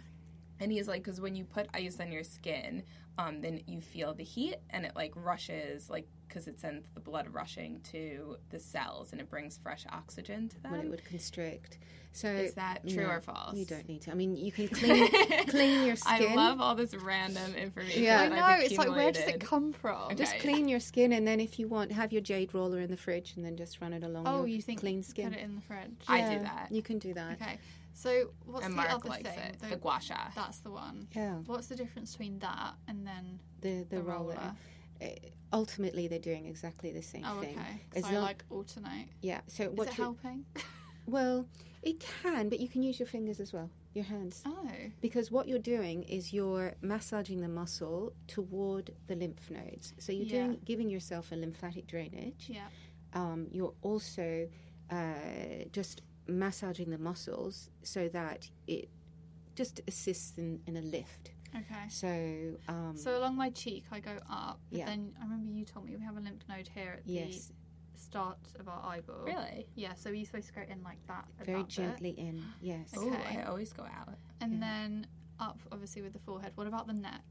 Speaker 1: And he's like, because when you put ice on your skin, um, then you feel the heat and it like rushes, like, because it sends the blood rushing to the cells and it brings fresh oxygen to them.
Speaker 3: Well,
Speaker 1: Is
Speaker 3: it would constrict. So
Speaker 1: that true
Speaker 3: no,
Speaker 1: or false? [LAUGHS]
Speaker 3: you don't need to. I mean,
Speaker 2: [LAUGHS]
Speaker 3: you can clean clean your
Speaker 1: I
Speaker 3: skin.
Speaker 1: love all this random information.
Speaker 3: Yeah.
Speaker 2: I
Speaker 1: that
Speaker 2: know.
Speaker 1: I've
Speaker 2: It's like where does it
Speaker 1: accumulated.
Speaker 2: come from?
Speaker 1: Okay.
Speaker 3: just clean your skin, and then if you want, have your jade roller in the fridge, and then just run it along.
Speaker 2: Oh,
Speaker 3: your
Speaker 2: you think
Speaker 3: clean
Speaker 2: put
Speaker 3: skin?
Speaker 2: it in the fridge?
Speaker 1: I do
Speaker 3: Yeah,
Speaker 1: that.
Speaker 3: You can do that.
Speaker 2: Okay. So what's
Speaker 1: and
Speaker 2: the
Speaker 1: Mark
Speaker 2: other
Speaker 1: likes
Speaker 2: thing?
Speaker 1: it.
Speaker 2: The-
Speaker 1: The gua sha.
Speaker 2: that's the one.
Speaker 3: Yeah,
Speaker 2: What's the difference between that and then
Speaker 3: the the,
Speaker 2: the,
Speaker 3: roller.
Speaker 2: roller?
Speaker 3: Uh, ultimately, they're doing exactly the same
Speaker 2: Oh, okay.
Speaker 3: thing.
Speaker 2: So
Speaker 3: It's
Speaker 2: I
Speaker 3: not-
Speaker 2: like alternate.
Speaker 3: Yeah. So
Speaker 2: Is
Speaker 3: what?
Speaker 2: it
Speaker 3: you-
Speaker 2: helping?
Speaker 3: [LAUGHS] well, it can, but you can use your fingers as well, your hands,
Speaker 2: Oh,
Speaker 3: because what you're doing is you're massaging the muscle toward the lymph nodes. So you're
Speaker 2: Yeah.
Speaker 3: doing giving yourself a lymphatic drainage.
Speaker 2: yeah.
Speaker 3: um, you're also uh, just massaging the muscles so that it just assists in, in a lift.
Speaker 2: Okay.
Speaker 3: So, um,
Speaker 2: So along my cheek, I go up. But
Speaker 3: Yeah.
Speaker 2: then I remember you told me we have a lymph node here at
Speaker 3: yes,
Speaker 2: the start of our eyeball.
Speaker 1: Really?
Speaker 2: Yeah. So you're supposed to go in like that. at
Speaker 3: very
Speaker 2: that bit.
Speaker 3: gently in. Yes.
Speaker 1: Oh,
Speaker 2: Okay.
Speaker 1: I always go out.
Speaker 2: And
Speaker 3: Yeah.
Speaker 2: then up, obviously, with the forehead. What about the neck?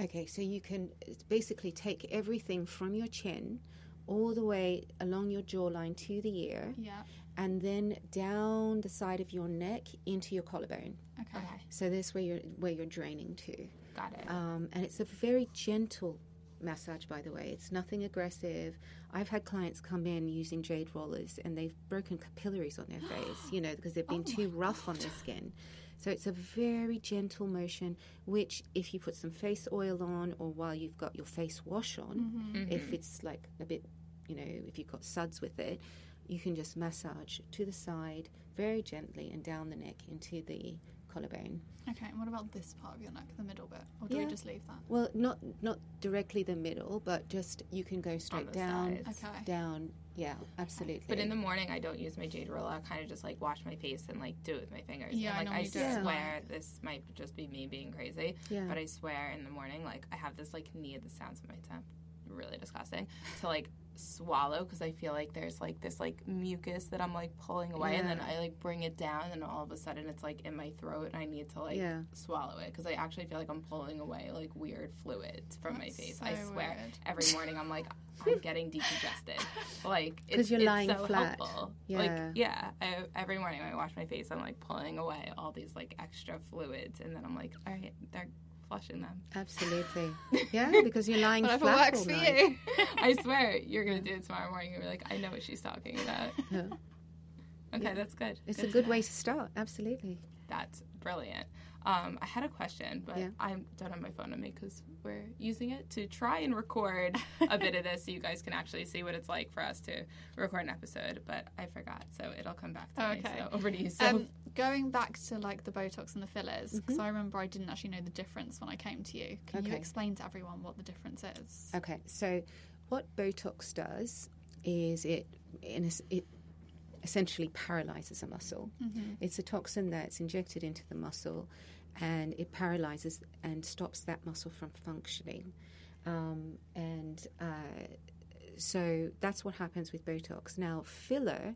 Speaker 3: Okay, so you can basically take everything from your chin all the way along your jawline to the ear
Speaker 2: Yeah.
Speaker 3: and then down the side of your neck into your collarbone.
Speaker 2: Okay.
Speaker 1: Okay,
Speaker 3: So that's where you're where you're draining to.
Speaker 1: got it.
Speaker 3: Um, and it's a very gentle massage, by the way. It's nothing aggressive. I've had clients come in using jade rollers and they've broken capillaries on their face, you know, because they've been
Speaker 2: Oh
Speaker 3: too rough on their skin. So it's a very gentle motion, which if you put some face oil on or while you've got your face wash on,
Speaker 2: Mm-hmm.
Speaker 1: Mm. Mm-hmm.
Speaker 3: if it's like a bit, you know, if you've got suds with it, you can just massage to the side very gently and down the neck into the collarbone.
Speaker 2: Okay. And what about this part of your neck, the middle bit? Or do
Speaker 3: Yeah.
Speaker 2: we just leave that?
Speaker 3: Well, not not directly the middle, but just you can go straight
Speaker 1: the
Speaker 3: down,
Speaker 1: sides.
Speaker 2: Okay.
Speaker 3: down. Yeah, absolutely.
Speaker 1: But in the morning, I don't use my jade roller. I kind of just like wash my face and like do it with my fingers.
Speaker 2: Yeah, I
Speaker 1: and, like I,
Speaker 2: normally
Speaker 3: do it.
Speaker 1: swear this might just be me being crazy,
Speaker 3: yeah,
Speaker 1: but I swear in the morning, like I have this like need. This sounds in my tongue, really disgusting. To like swallow because I feel like there's like this like mucus that I'm like pulling away, and then
Speaker 3: Yeah.
Speaker 1: I like bring it down, and all of a sudden it's like in my throat, and I need to like
Speaker 3: yeah,
Speaker 1: swallow it because I actually feel like I'm pulling away like weird fluids from my
Speaker 2: That's
Speaker 1: face.
Speaker 2: so
Speaker 1: I swear
Speaker 2: weird.
Speaker 1: every morning I'm like
Speaker 3: [LAUGHS]
Speaker 1: I'm getting decongested. Like
Speaker 3: 'Cause
Speaker 1: it's,
Speaker 3: you're
Speaker 1: it's
Speaker 3: lying
Speaker 1: so
Speaker 3: flat.
Speaker 1: helpful. Like
Speaker 3: Yeah.
Speaker 1: yeah, I, every morning when I wash my face, I'm like pulling away all these like extra fluids, and then I'm like, all right, they're flushing them. [LAUGHS]
Speaker 3: absolutely. Yeah, because you're lying
Speaker 2: Whatever
Speaker 3: flat
Speaker 2: works
Speaker 3: all
Speaker 2: for
Speaker 3: night.
Speaker 2: you.
Speaker 1: I swear you're gonna do it tomorrow morning. You're like, I know what she's talking about.
Speaker 3: Yeah.
Speaker 1: Okay,
Speaker 3: Yeah.
Speaker 1: that's good.
Speaker 3: It's a
Speaker 1: to
Speaker 3: good
Speaker 1: know.
Speaker 3: way to start. Absolutely.
Speaker 1: That's brilliant. Um, I had a question, but
Speaker 3: Yeah.
Speaker 1: I don't have my phone on me because we're using it to try and record a bit of this so you guys can actually see what it's like for us to record an episode. But I forgot, so it'll come back to me.
Speaker 2: Okay.
Speaker 1: So over to you. So
Speaker 2: Um, going back to like the Botox and the fillers, because I remember I didn't actually know the difference when I came to you. Can you
Speaker 3: Mm-hmm. Okay. Uh,
Speaker 2: explain to everyone what the difference is?
Speaker 3: Okay, so what Botox does is it in a s it essentially paralyzes a muscle.
Speaker 2: Mm-hmm.
Speaker 3: It's a toxin that's injected into the muscle, and it paralyzes and stops that muscle from functioning. Um, and uh, so that's what happens with Botox. Now, filler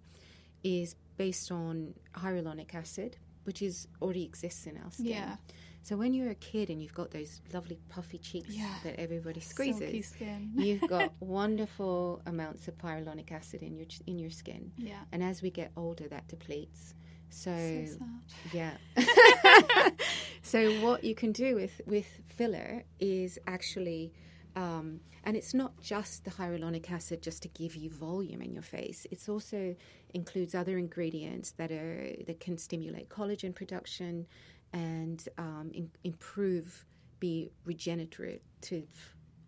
Speaker 3: is based on hyaluronic acid, which is already exists in our skin.
Speaker 2: Yeah.
Speaker 3: So when you're a kid and you've got those lovely puffy cheeks
Speaker 2: Yeah.
Speaker 3: that everybody
Speaker 2: Silky
Speaker 3: squeezes,
Speaker 2: skin. [LAUGHS]
Speaker 3: you've got wonderful amounts of pyrolonic acid in your ch- in your skin.
Speaker 2: yeah.
Speaker 3: And as we get older, that depletes. So,
Speaker 2: So sad.
Speaker 3: yeah. so what you can do with with filler is actually. Um, and it's not just the hyaluronic acid just to give you volume in your face. It also includes other ingredients that are that can stimulate collagen production, and um, im improve, be regenerative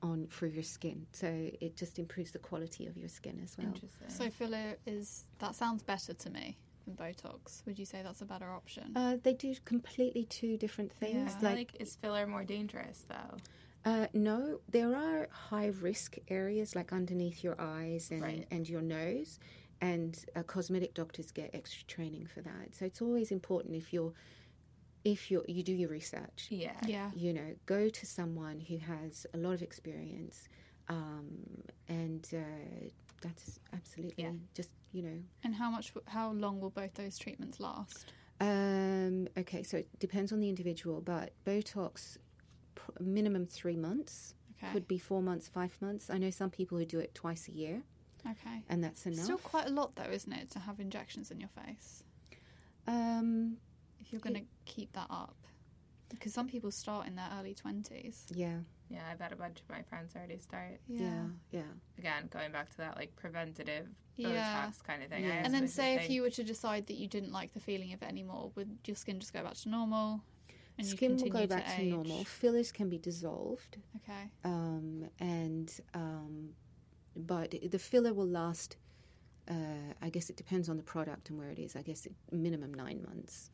Speaker 3: on for your skin. So it just improves the quality of your skin as well.
Speaker 1: Interesting.
Speaker 2: So filler is that sounds better to me than Botox. Would you say that's a better option?
Speaker 3: Uh, they do completely two different things.
Speaker 1: I
Speaker 2: Yeah.
Speaker 1: feel
Speaker 3: Like,
Speaker 1: like is filler more dangerous though?
Speaker 3: uh, no, there are high risk areas like underneath your eyes and,
Speaker 1: Right.
Speaker 3: and your nose, and uh, cosmetic doctors get extra training for that. So it's always important if you're if you are you do your research.
Speaker 1: Yeah.
Speaker 2: yeah.
Speaker 3: you know, go to someone who has a lot of experience, um, and uh, that's absolutely
Speaker 1: Yeah.
Speaker 3: just you know.
Speaker 2: And how much? How long will both those treatments last?
Speaker 3: Um, okay, so it depends on the individual, but Botox pr- minimum three months
Speaker 2: Okay.
Speaker 3: could be four months, five months. I know some people who do it twice a year,
Speaker 2: okay.
Speaker 3: and that's enough.
Speaker 2: Still quite a lot though, isn't it, to have injections in your face
Speaker 3: um,
Speaker 2: if you're going to keep that up? Because some people start in their early twenties.
Speaker 3: yeah,
Speaker 1: Yeah, I've had a bunch of my friends already start.
Speaker 3: yeah, yeah.
Speaker 1: Again, going back to that like preventative
Speaker 2: Yeah.
Speaker 1: Botox kind of thing. I
Speaker 3: Yeah.
Speaker 2: And
Speaker 1: always
Speaker 2: then
Speaker 1: was
Speaker 2: say if
Speaker 1: thinking-
Speaker 2: you were to decide that you didn't like the feeling of it anymore, would your skin just go back to normal? And you'd
Speaker 3: Skin will go
Speaker 2: continue
Speaker 3: back to
Speaker 2: age?
Speaker 3: normal. Fillers can be dissolved.
Speaker 2: Okay.
Speaker 3: um, and um, but the filler will last. Uh, I guess it depends on the product and where it is. I guess it, minimum nine months,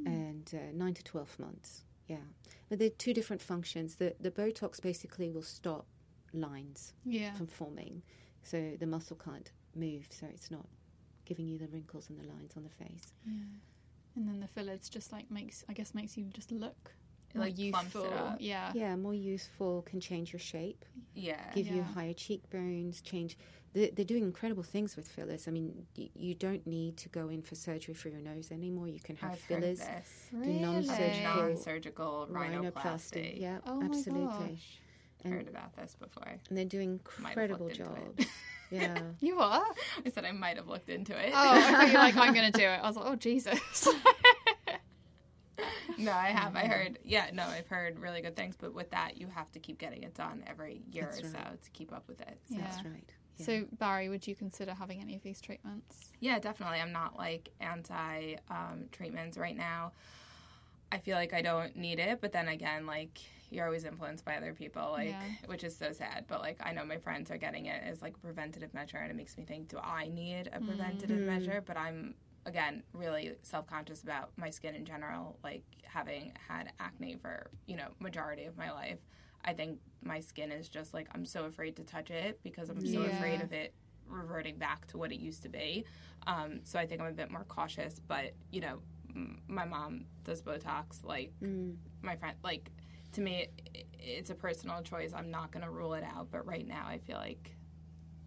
Speaker 2: Hmm.
Speaker 3: and uh, nine to twelve months. Yeah, but they're two different functions. The the Botox basically will stop lines
Speaker 2: Yeah.
Speaker 3: from forming, so the muscle can't move, so it's not giving you the wrinkles and the lines on the face.
Speaker 2: And then the fillers just like makes I guess makes you just look
Speaker 1: It, like,
Speaker 2: more
Speaker 1: plumps it
Speaker 2: youthful.
Speaker 1: up.
Speaker 2: Yeah.
Speaker 3: Yeah, more useful can change your shape.
Speaker 1: yeah.
Speaker 3: give you
Speaker 2: uh, Yeah.
Speaker 3: higher cheekbones, change. They're, they're doing incredible things with fillers. I mean, you, you don't need to go in for surgery for your nose anymore. You can have
Speaker 1: I've heard of
Speaker 3: fillers,
Speaker 1: this.
Speaker 2: Really?
Speaker 3: non-surgical
Speaker 1: non surgical rhinoplasty.
Speaker 3: rhinoplasty. Yeah,
Speaker 2: Oh my
Speaker 3: absolutely.
Speaker 2: gosh.
Speaker 1: Heard about this before.
Speaker 3: And they're doing
Speaker 1: Might have
Speaker 3: incredible
Speaker 1: looked into
Speaker 3: job.
Speaker 1: it.
Speaker 3: [LAUGHS] yeah.
Speaker 2: [LAUGHS] You are?
Speaker 1: [LAUGHS] I said I might have looked into it.
Speaker 2: Oh, I thought you were like, I'm gonna do it. I was like, Oh Jesus.
Speaker 1: [LAUGHS]
Speaker 2: [LAUGHS]
Speaker 1: No, I have. I heard. Yeah, no, I've heard really good things. But with that, you have to keep getting it done every year
Speaker 3: That's
Speaker 1: or
Speaker 3: right.
Speaker 1: so to keep up with it. So-
Speaker 2: Yeah.
Speaker 3: That's right. Yeah.
Speaker 2: So Barry, would you consider having any of these treatments?
Speaker 1: Yeah, definitely. I'm not like anti um, treatments right now. I feel like I don't need it, but then again, like you're always influenced by other people, like
Speaker 2: Yeah.
Speaker 1: which is so sad. But like I know my friends are getting it as like a preventative measure, and it makes me think, do I need a preventative
Speaker 3: Mm.
Speaker 1: measure? But I'm again really self conscious about my skin in general. Like having had acne for you know majority of my life, I think my skin is just like I'm so afraid to touch it because I'm so
Speaker 2: Yeah.
Speaker 1: afraid of it reverting back to what it used to be. Um, so I think I'm a bit more cautious, but you know, m- my mom does Botox. Like
Speaker 3: Mm.
Speaker 1: my friend, like to me, i- it's a personal choice. I'm not gonna rule it out, but right now I feel like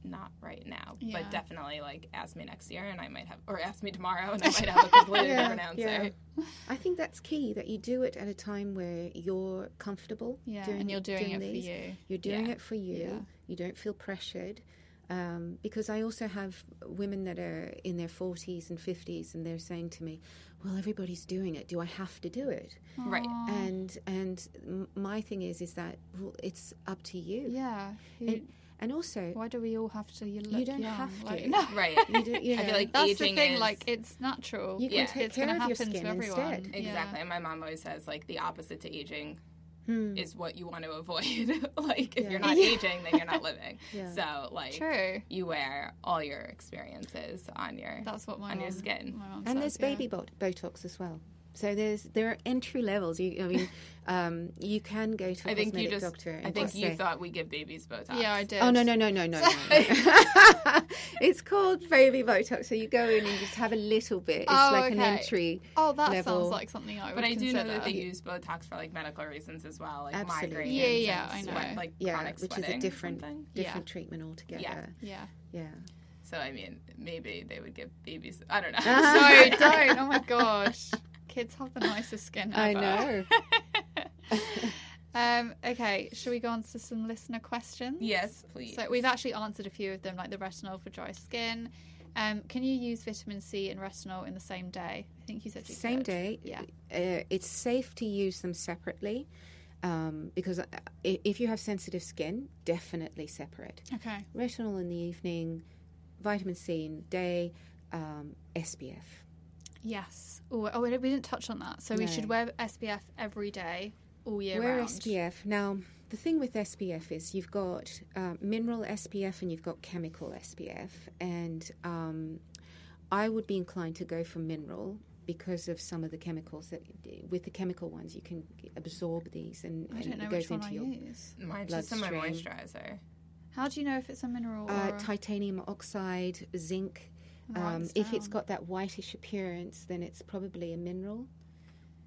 Speaker 1: not right now,
Speaker 2: Yeah.
Speaker 1: but definitely like ask me next year and I might have, or ask me tomorrow and I might have a completely
Speaker 3: Yeah,
Speaker 1: different answer.
Speaker 3: yeah. I think that's key that you do it at a time where you're comfortable.
Speaker 2: Yeah.
Speaker 3: doing,
Speaker 2: and you're doing, it
Speaker 3: these.
Speaker 2: for you.
Speaker 3: You're doing
Speaker 1: Yeah.
Speaker 3: it for you.
Speaker 2: Yeah.
Speaker 3: You don't feel pressured. Um, because I also have women that are in their 40s and 50s, and they're saying to me, "Well, everybody's doing it. Do I have to do it?"
Speaker 1: Right.
Speaker 2: Aw.
Speaker 3: And and m- my thing is, is that well, it's up to you.
Speaker 2: yeah. Who-
Speaker 3: It- And also,
Speaker 2: why do we all have to you look
Speaker 3: don't
Speaker 2: young?
Speaker 3: have to.
Speaker 2: Like, no.
Speaker 1: Right.
Speaker 3: you do, you
Speaker 1: [LAUGHS] I
Speaker 3: know,
Speaker 1: feel like
Speaker 2: That's
Speaker 1: aging
Speaker 2: the thing,
Speaker 1: is
Speaker 2: like it's natural.
Speaker 3: you can
Speaker 1: yeah,
Speaker 3: take
Speaker 2: it's
Speaker 3: care
Speaker 2: gonna
Speaker 3: of your
Speaker 2: happen
Speaker 3: skin
Speaker 2: to everyone.
Speaker 3: instead.
Speaker 2: Yeah.
Speaker 1: exactly. And my mom always says like the opposite to aging
Speaker 3: Hmm.
Speaker 1: is what you want to avoid. [LAUGHS] like if
Speaker 3: Yeah.
Speaker 1: you're not
Speaker 2: Yeah.
Speaker 1: aging, then you're not living.
Speaker 3: Yeah.
Speaker 1: So like
Speaker 2: True.
Speaker 1: you wear all your experiences on your
Speaker 2: That's what my
Speaker 1: on
Speaker 2: mum,
Speaker 1: your skin.
Speaker 2: My mum
Speaker 3: and
Speaker 2: says,
Speaker 3: there's
Speaker 2: yeah.
Speaker 3: baby bot- Botox as well. So there's there are entry levels. You,
Speaker 1: [LAUGHS]
Speaker 3: I mean, um, you can go to a
Speaker 1: I think you
Speaker 3: cosmetic
Speaker 1: just
Speaker 3: doctor. And
Speaker 1: I think
Speaker 3: just
Speaker 1: you
Speaker 3: say,
Speaker 1: thought we give babies Botox.
Speaker 2: Yeah, I did.
Speaker 3: Oh no no no no no! no, no. [LAUGHS] it's called baby Botox. So you go in and just have a little bit. It's
Speaker 2: Oh,
Speaker 3: like an
Speaker 2: okay.
Speaker 3: entry.
Speaker 2: Oh, that
Speaker 3: level.
Speaker 2: sounds like something I would
Speaker 1: But I do
Speaker 2: consider.
Speaker 1: know that they use Botox for like medical reasons as well, like
Speaker 3: Absolutely.
Speaker 1: migraines.
Speaker 2: Yeah, yeah,
Speaker 1: and
Speaker 2: I
Speaker 1: sweat-
Speaker 2: know.
Speaker 1: like
Speaker 3: Yeah,
Speaker 1: chronic
Speaker 3: which is a
Speaker 1: sweating or
Speaker 3: different-
Speaker 1: something.
Speaker 2: Yeah.
Speaker 3: Different treatment altogether. Yeah.
Speaker 2: Yeah.
Speaker 1: [LAUGHS] So I mean, maybe they would give babies. I don't know. [LAUGHS]
Speaker 2: No, don't. Oh my gosh. Kids have the nicest skin
Speaker 3: I
Speaker 2: ever. [LAUGHS]
Speaker 3: know.
Speaker 2: Um, okay, shall we go on to some listener questions?
Speaker 1: yes, please.
Speaker 2: [LAUGHS] So we've actually answered a few of them, like the retinol for dry skin. Um, can you use vitamin C and retinol in the same day? I think you said you
Speaker 3: Same
Speaker 2: could.
Speaker 3: day.
Speaker 2: Yeah.
Speaker 3: Uh, it's safe to use them separately um, because uh, i- if you have sensitive skin, definitely separate.
Speaker 2: Okay.
Speaker 3: Retinol in the evening, vitamin C in the day, um, SPF.
Speaker 2: Yes. Ooh, oh, we didn't we didn't touch on that. So we
Speaker 3: No.
Speaker 2: should wear SPF every day, all year
Speaker 3: Wear
Speaker 2: round.
Speaker 3: SPF. Now, the thing with SPF is you've got uh, mineral SPF and you've got chemical SPF. And um, I would be inclined to go for mineral because of some of the chemicals that, with the chemical ones, you can absorb these and,
Speaker 2: I
Speaker 3: and
Speaker 2: don't know
Speaker 3: it
Speaker 2: which
Speaker 3: goes
Speaker 2: one
Speaker 3: into
Speaker 2: I
Speaker 3: your
Speaker 2: use.
Speaker 1: Mine's just in my
Speaker 3: Bloodstream.
Speaker 1: moisturizer.
Speaker 2: How do you know if it's a mineral
Speaker 3: uh,
Speaker 2: or a-
Speaker 3: titanium oxide, zinc.
Speaker 2: I'm writing
Speaker 3: Um,
Speaker 2: this
Speaker 3: if it's
Speaker 2: down.
Speaker 3: got that whitish appearance, then it's probably a mineral.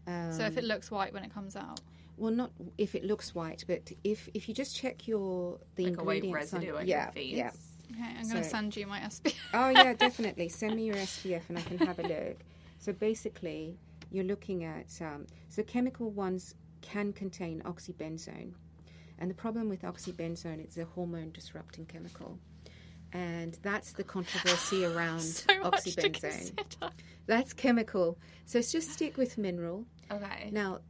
Speaker 2: so
Speaker 3: um,
Speaker 2: if it looks white when it comes out,
Speaker 3: Well, not if it looks white, but if if you just check your the
Speaker 1: Like a white
Speaker 3: ingredients
Speaker 1: residue
Speaker 3: on,
Speaker 1: on
Speaker 3: yeah,
Speaker 1: your face.
Speaker 3: yeah.
Speaker 2: okay, I'm going to
Speaker 3: So-
Speaker 2: send you my SPF. [LAUGHS]
Speaker 3: Oh yeah, definitely. Send me your SPF and I can have a look. So basically, you're looking at um, so chemical ones can contain oxybenzone, and the problem with oxybenzone it's a hormone disrupting chemical, and that's
Speaker 1: [LAUGHS]
Speaker 3: the controversy around
Speaker 2: so much to
Speaker 3: um, oxybenzone.
Speaker 2: consider. Oh
Speaker 3: That's chemical. So it's just stick with mineral.
Speaker 1: Okay.
Speaker 3: Now,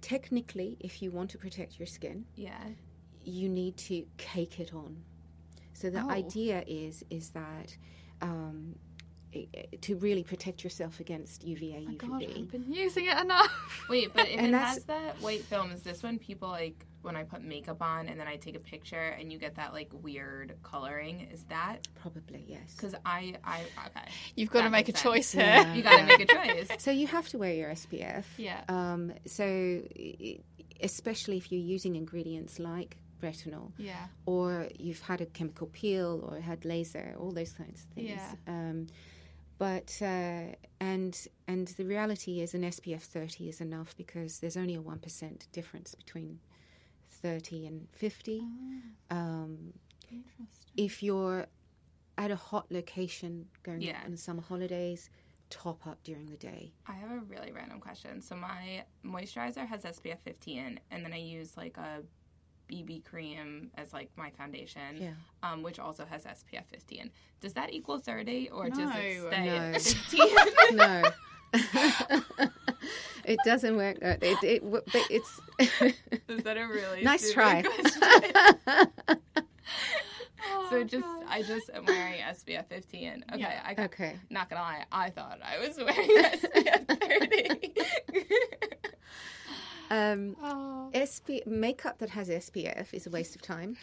Speaker 3: technically, if you want to protect your skin,
Speaker 1: Yeah.
Speaker 3: you need to cake it on. So the
Speaker 2: Oh.
Speaker 3: idea is is that um, i- i- to really protect yourself against UVA,
Speaker 2: My God, I
Speaker 3: UVB.
Speaker 2: haven't been using it
Speaker 3: [LAUGHS]
Speaker 2: enough.
Speaker 1: Wait, but if
Speaker 3: And
Speaker 1: it
Speaker 3: that's-
Speaker 1: has that white film, is this when people like when I put makeup on and then I take a picture and you get that like weird coloring? Is that
Speaker 3: Probably yes.
Speaker 1: because I I okay?
Speaker 2: You've got to
Speaker 1: That
Speaker 2: make a
Speaker 1: makes
Speaker 2: choice here.
Speaker 3: Yeah.
Speaker 1: You gotta make a [LAUGHS] choice.
Speaker 3: So you have to wear your SPF.
Speaker 2: Yeah.
Speaker 3: Um, so i- i- especially if you're using ingredients like retinol
Speaker 2: Yeah.
Speaker 3: or you've had a chemical peel or had laser, all those kinds of things.
Speaker 2: Yeah.
Speaker 3: Um, but uh, and and the reality is an SPF 30 is enough because there's only a one percent difference between 30 and 50. [LAUGHS]
Speaker 1: Mm.
Speaker 3: Um,
Speaker 2: Oh, Interesting.
Speaker 3: if you're at a hot location going
Speaker 1: Yeah.
Speaker 3: on summer holidays, top up during the day.
Speaker 1: I have a really random question. So my moisturizer has SPF 15, and then I use like a BB cream as like my foundation,
Speaker 3: Yeah.
Speaker 1: um, which also has SPF 15. Does that equal 30, or
Speaker 2: No.
Speaker 1: does it stay
Speaker 3: No.
Speaker 1: at 15? [LAUGHS]
Speaker 3: no. it doesn't work. That it, it, w- but it's
Speaker 1: Is that a really
Speaker 3: [LAUGHS] Nice
Speaker 1: stupid
Speaker 3: try.
Speaker 1: question?
Speaker 3: [LAUGHS]
Speaker 1: so
Speaker 2: Oh,
Speaker 1: just
Speaker 2: God.
Speaker 1: I just am wearing SPF [LAUGHS] 15. Okay,
Speaker 2: Yeah.
Speaker 1: I got,
Speaker 3: okay.
Speaker 1: not gonna lie, I thought I was wearing [LAUGHS] SPF 30.
Speaker 3: Um,
Speaker 2: Oh.
Speaker 3: SP makeup that has SPF is a waste of time.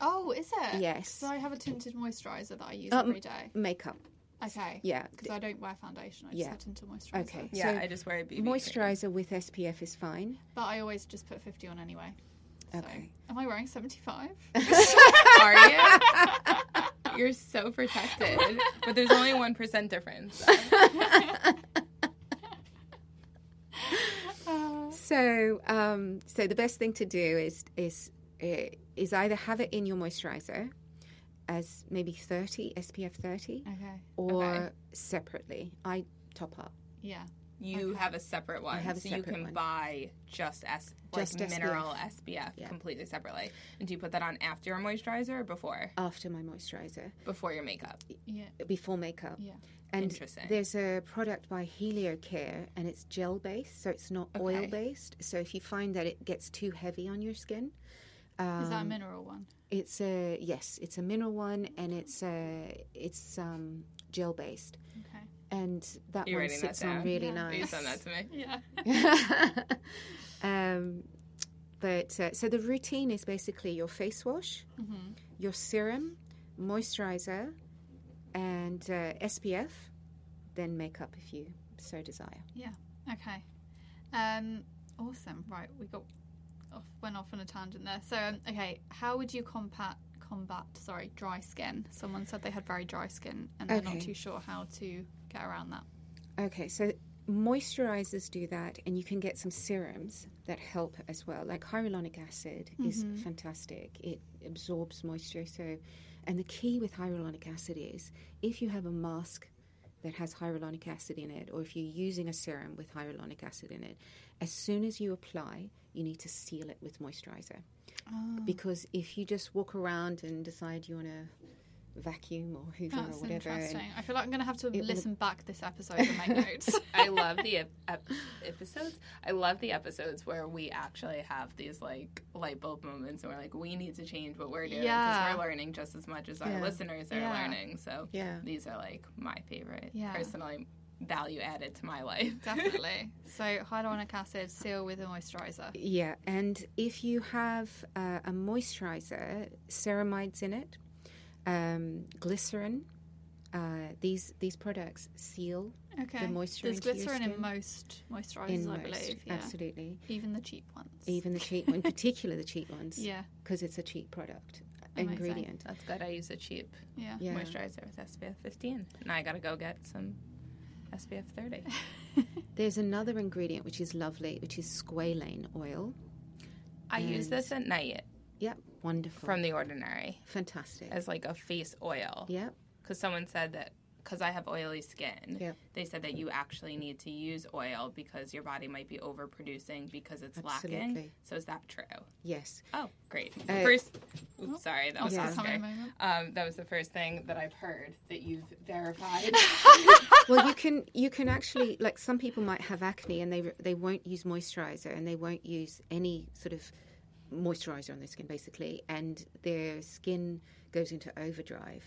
Speaker 2: Oh, is it?
Speaker 3: Yes.
Speaker 2: So I have a tinted moisturizer that I use
Speaker 3: Um,
Speaker 2: every day.
Speaker 3: Makeup,
Speaker 2: Okay.
Speaker 3: yeah.
Speaker 2: Because I don't wear foundation. I just
Speaker 3: Yeah.
Speaker 2: have tinted moisturizer.
Speaker 3: Okay.
Speaker 1: yeah,
Speaker 3: So,
Speaker 1: I just wear a BB cream.
Speaker 3: Moisturizer with SPF is fine.
Speaker 2: But I always just put 50 on anyway. So.
Speaker 3: Okay.
Speaker 2: Am I wearing 75?
Speaker 1: [LAUGHS]
Speaker 3: [LAUGHS]
Speaker 1: Are you? You're so
Speaker 3: [LAUGHS]
Speaker 1: protected, but there's only one percent difference.
Speaker 2: Uh,
Speaker 3: So, um, so the best thing to do is is uh, is either have it in your moisturizer as maybe thirty SPF thirty,
Speaker 2: [LAUGHS] okay.
Speaker 3: or
Speaker 1: Okay.
Speaker 3: separately. I top up.
Speaker 2: Yeah.
Speaker 1: You have a separate one,
Speaker 3: have a
Speaker 1: so you
Speaker 3: separate
Speaker 1: can
Speaker 3: one.
Speaker 1: buy just S
Speaker 3: Just
Speaker 1: like
Speaker 3: SPF.
Speaker 1: mineral SPF
Speaker 3: Yeah.
Speaker 1: completely separately. And do you put that on after your moisturizer or before?
Speaker 3: After my moisturizer,
Speaker 1: Before your makeup.
Speaker 2: Yeah.
Speaker 3: before makeup,
Speaker 2: Yeah.
Speaker 3: and
Speaker 1: Interesting.
Speaker 3: there's a product by HelioCare, and it's gel based, so it's not oil based. So if you find that it gets too heavy on your skin,
Speaker 2: Is
Speaker 3: Um,
Speaker 2: that a mineral one?
Speaker 3: It's a yes, it's a mineral one, and it's a it's um, gel based,
Speaker 2: Okay.
Speaker 3: and that
Speaker 1: You
Speaker 3: one
Speaker 1: writing that
Speaker 3: sits on
Speaker 1: down?
Speaker 3: really
Speaker 2: Yeah.
Speaker 1: Will you
Speaker 3: nice.
Speaker 1: send that to me?
Speaker 2: Yeah.
Speaker 3: [LAUGHS] um, but uh, so the routine is basically your face wash,
Speaker 2: Mhm.
Speaker 3: your serum, moisturizer, and uh, SPF, then makeup if you so desire.
Speaker 2: Okay. Um, awesome. Right. We got off, went off on a tangent there. So, um, okay. How would you combat combat? Sorry, dry skin. Someone said they had very dry skin and they're
Speaker 3: Okay.
Speaker 2: not too sure how to get around that.
Speaker 3: Okay, so moisturizers do that, and you can get some serums that help as well. Like hyaluronic acid is fantastic; it absorbs moisture. So, and the key with hyaluronic acid is if you have a mask that has hyaluronic acid in it, or if you're using a serum with hyaluronic acid in it, as soon as you apply, you need to seal it with moisturizer. Because if you just walk around and decide you want to vacuum or hoover
Speaker 2: That's
Speaker 3: or whatever, and-
Speaker 2: interesting. I feel like I'm going to have to
Speaker 3: will-
Speaker 2: listen back this episode and make
Speaker 3: [LAUGHS]
Speaker 2: notes.
Speaker 1: I love the ep- ep- episodes. I love the episodes where we actually have these like light bulb moments, and we're like, we need to change what we're doing because
Speaker 2: Yeah.
Speaker 1: we're learning just as much as our
Speaker 3: Yeah.
Speaker 1: listeners are
Speaker 2: Yeah.
Speaker 1: learning. So
Speaker 3: yeah.
Speaker 1: these are like my favorite
Speaker 2: Yeah.
Speaker 1: personally. value added to my life. [LAUGHS]
Speaker 2: Definitely. So hyaluronic acid, seal with a moisturizer.
Speaker 3: Yeah, and if you have uh, a moisturizer, ceramides in it, um, glycerin, uh, these these products seal
Speaker 2: Okay.
Speaker 3: the moisture
Speaker 2: There's
Speaker 3: into your
Speaker 2: glycerin in
Speaker 3: skin.
Speaker 2: most moisturizers,
Speaker 3: in
Speaker 2: I
Speaker 3: most,
Speaker 2: believe. Yeah.
Speaker 3: absolutely.
Speaker 2: Even the cheap ones.
Speaker 3: Even the cheap, in particular the cheap
Speaker 2: [LAUGHS]
Speaker 3: ones,
Speaker 2: Yeah.
Speaker 3: because it's a cheap product
Speaker 2: Amazing.
Speaker 3: ingredient.
Speaker 1: That's good. I use a cheap
Speaker 2: Yeah.
Speaker 3: Yeah.
Speaker 1: moisturizer with SPF 15. Now I gotta go get some SPF 30.
Speaker 3: There's another ingredient which is lovely, which is squalane oil.
Speaker 1: I use
Speaker 3: And-
Speaker 1: this at night
Speaker 3: Yep, wonderful,
Speaker 1: from The Ordinary
Speaker 3: fantastic.
Speaker 1: as like a face oil
Speaker 3: Yep,
Speaker 1: because someone said that because I have oily skin,
Speaker 3: Yep.
Speaker 1: they said that you actually need to use oil because your body might be overproducing because it's lacking.
Speaker 3: Absolutely.
Speaker 1: So is that true?
Speaker 3: yes.
Speaker 1: Oh, great.
Speaker 3: Uh,
Speaker 1: first, oops, sorry, that
Speaker 2: I'll
Speaker 1: was
Speaker 3: Yeah.
Speaker 1: a
Speaker 2: stop in a
Speaker 1: scare.
Speaker 2: moment.
Speaker 1: Um, that was the first thing that I've heard that you've verified.
Speaker 3: well, you can you can actually like some people might have acne and they they won't use moisturizer and they won't use any sort of moisturizer on their skin basically, and their skin goes into overdrive.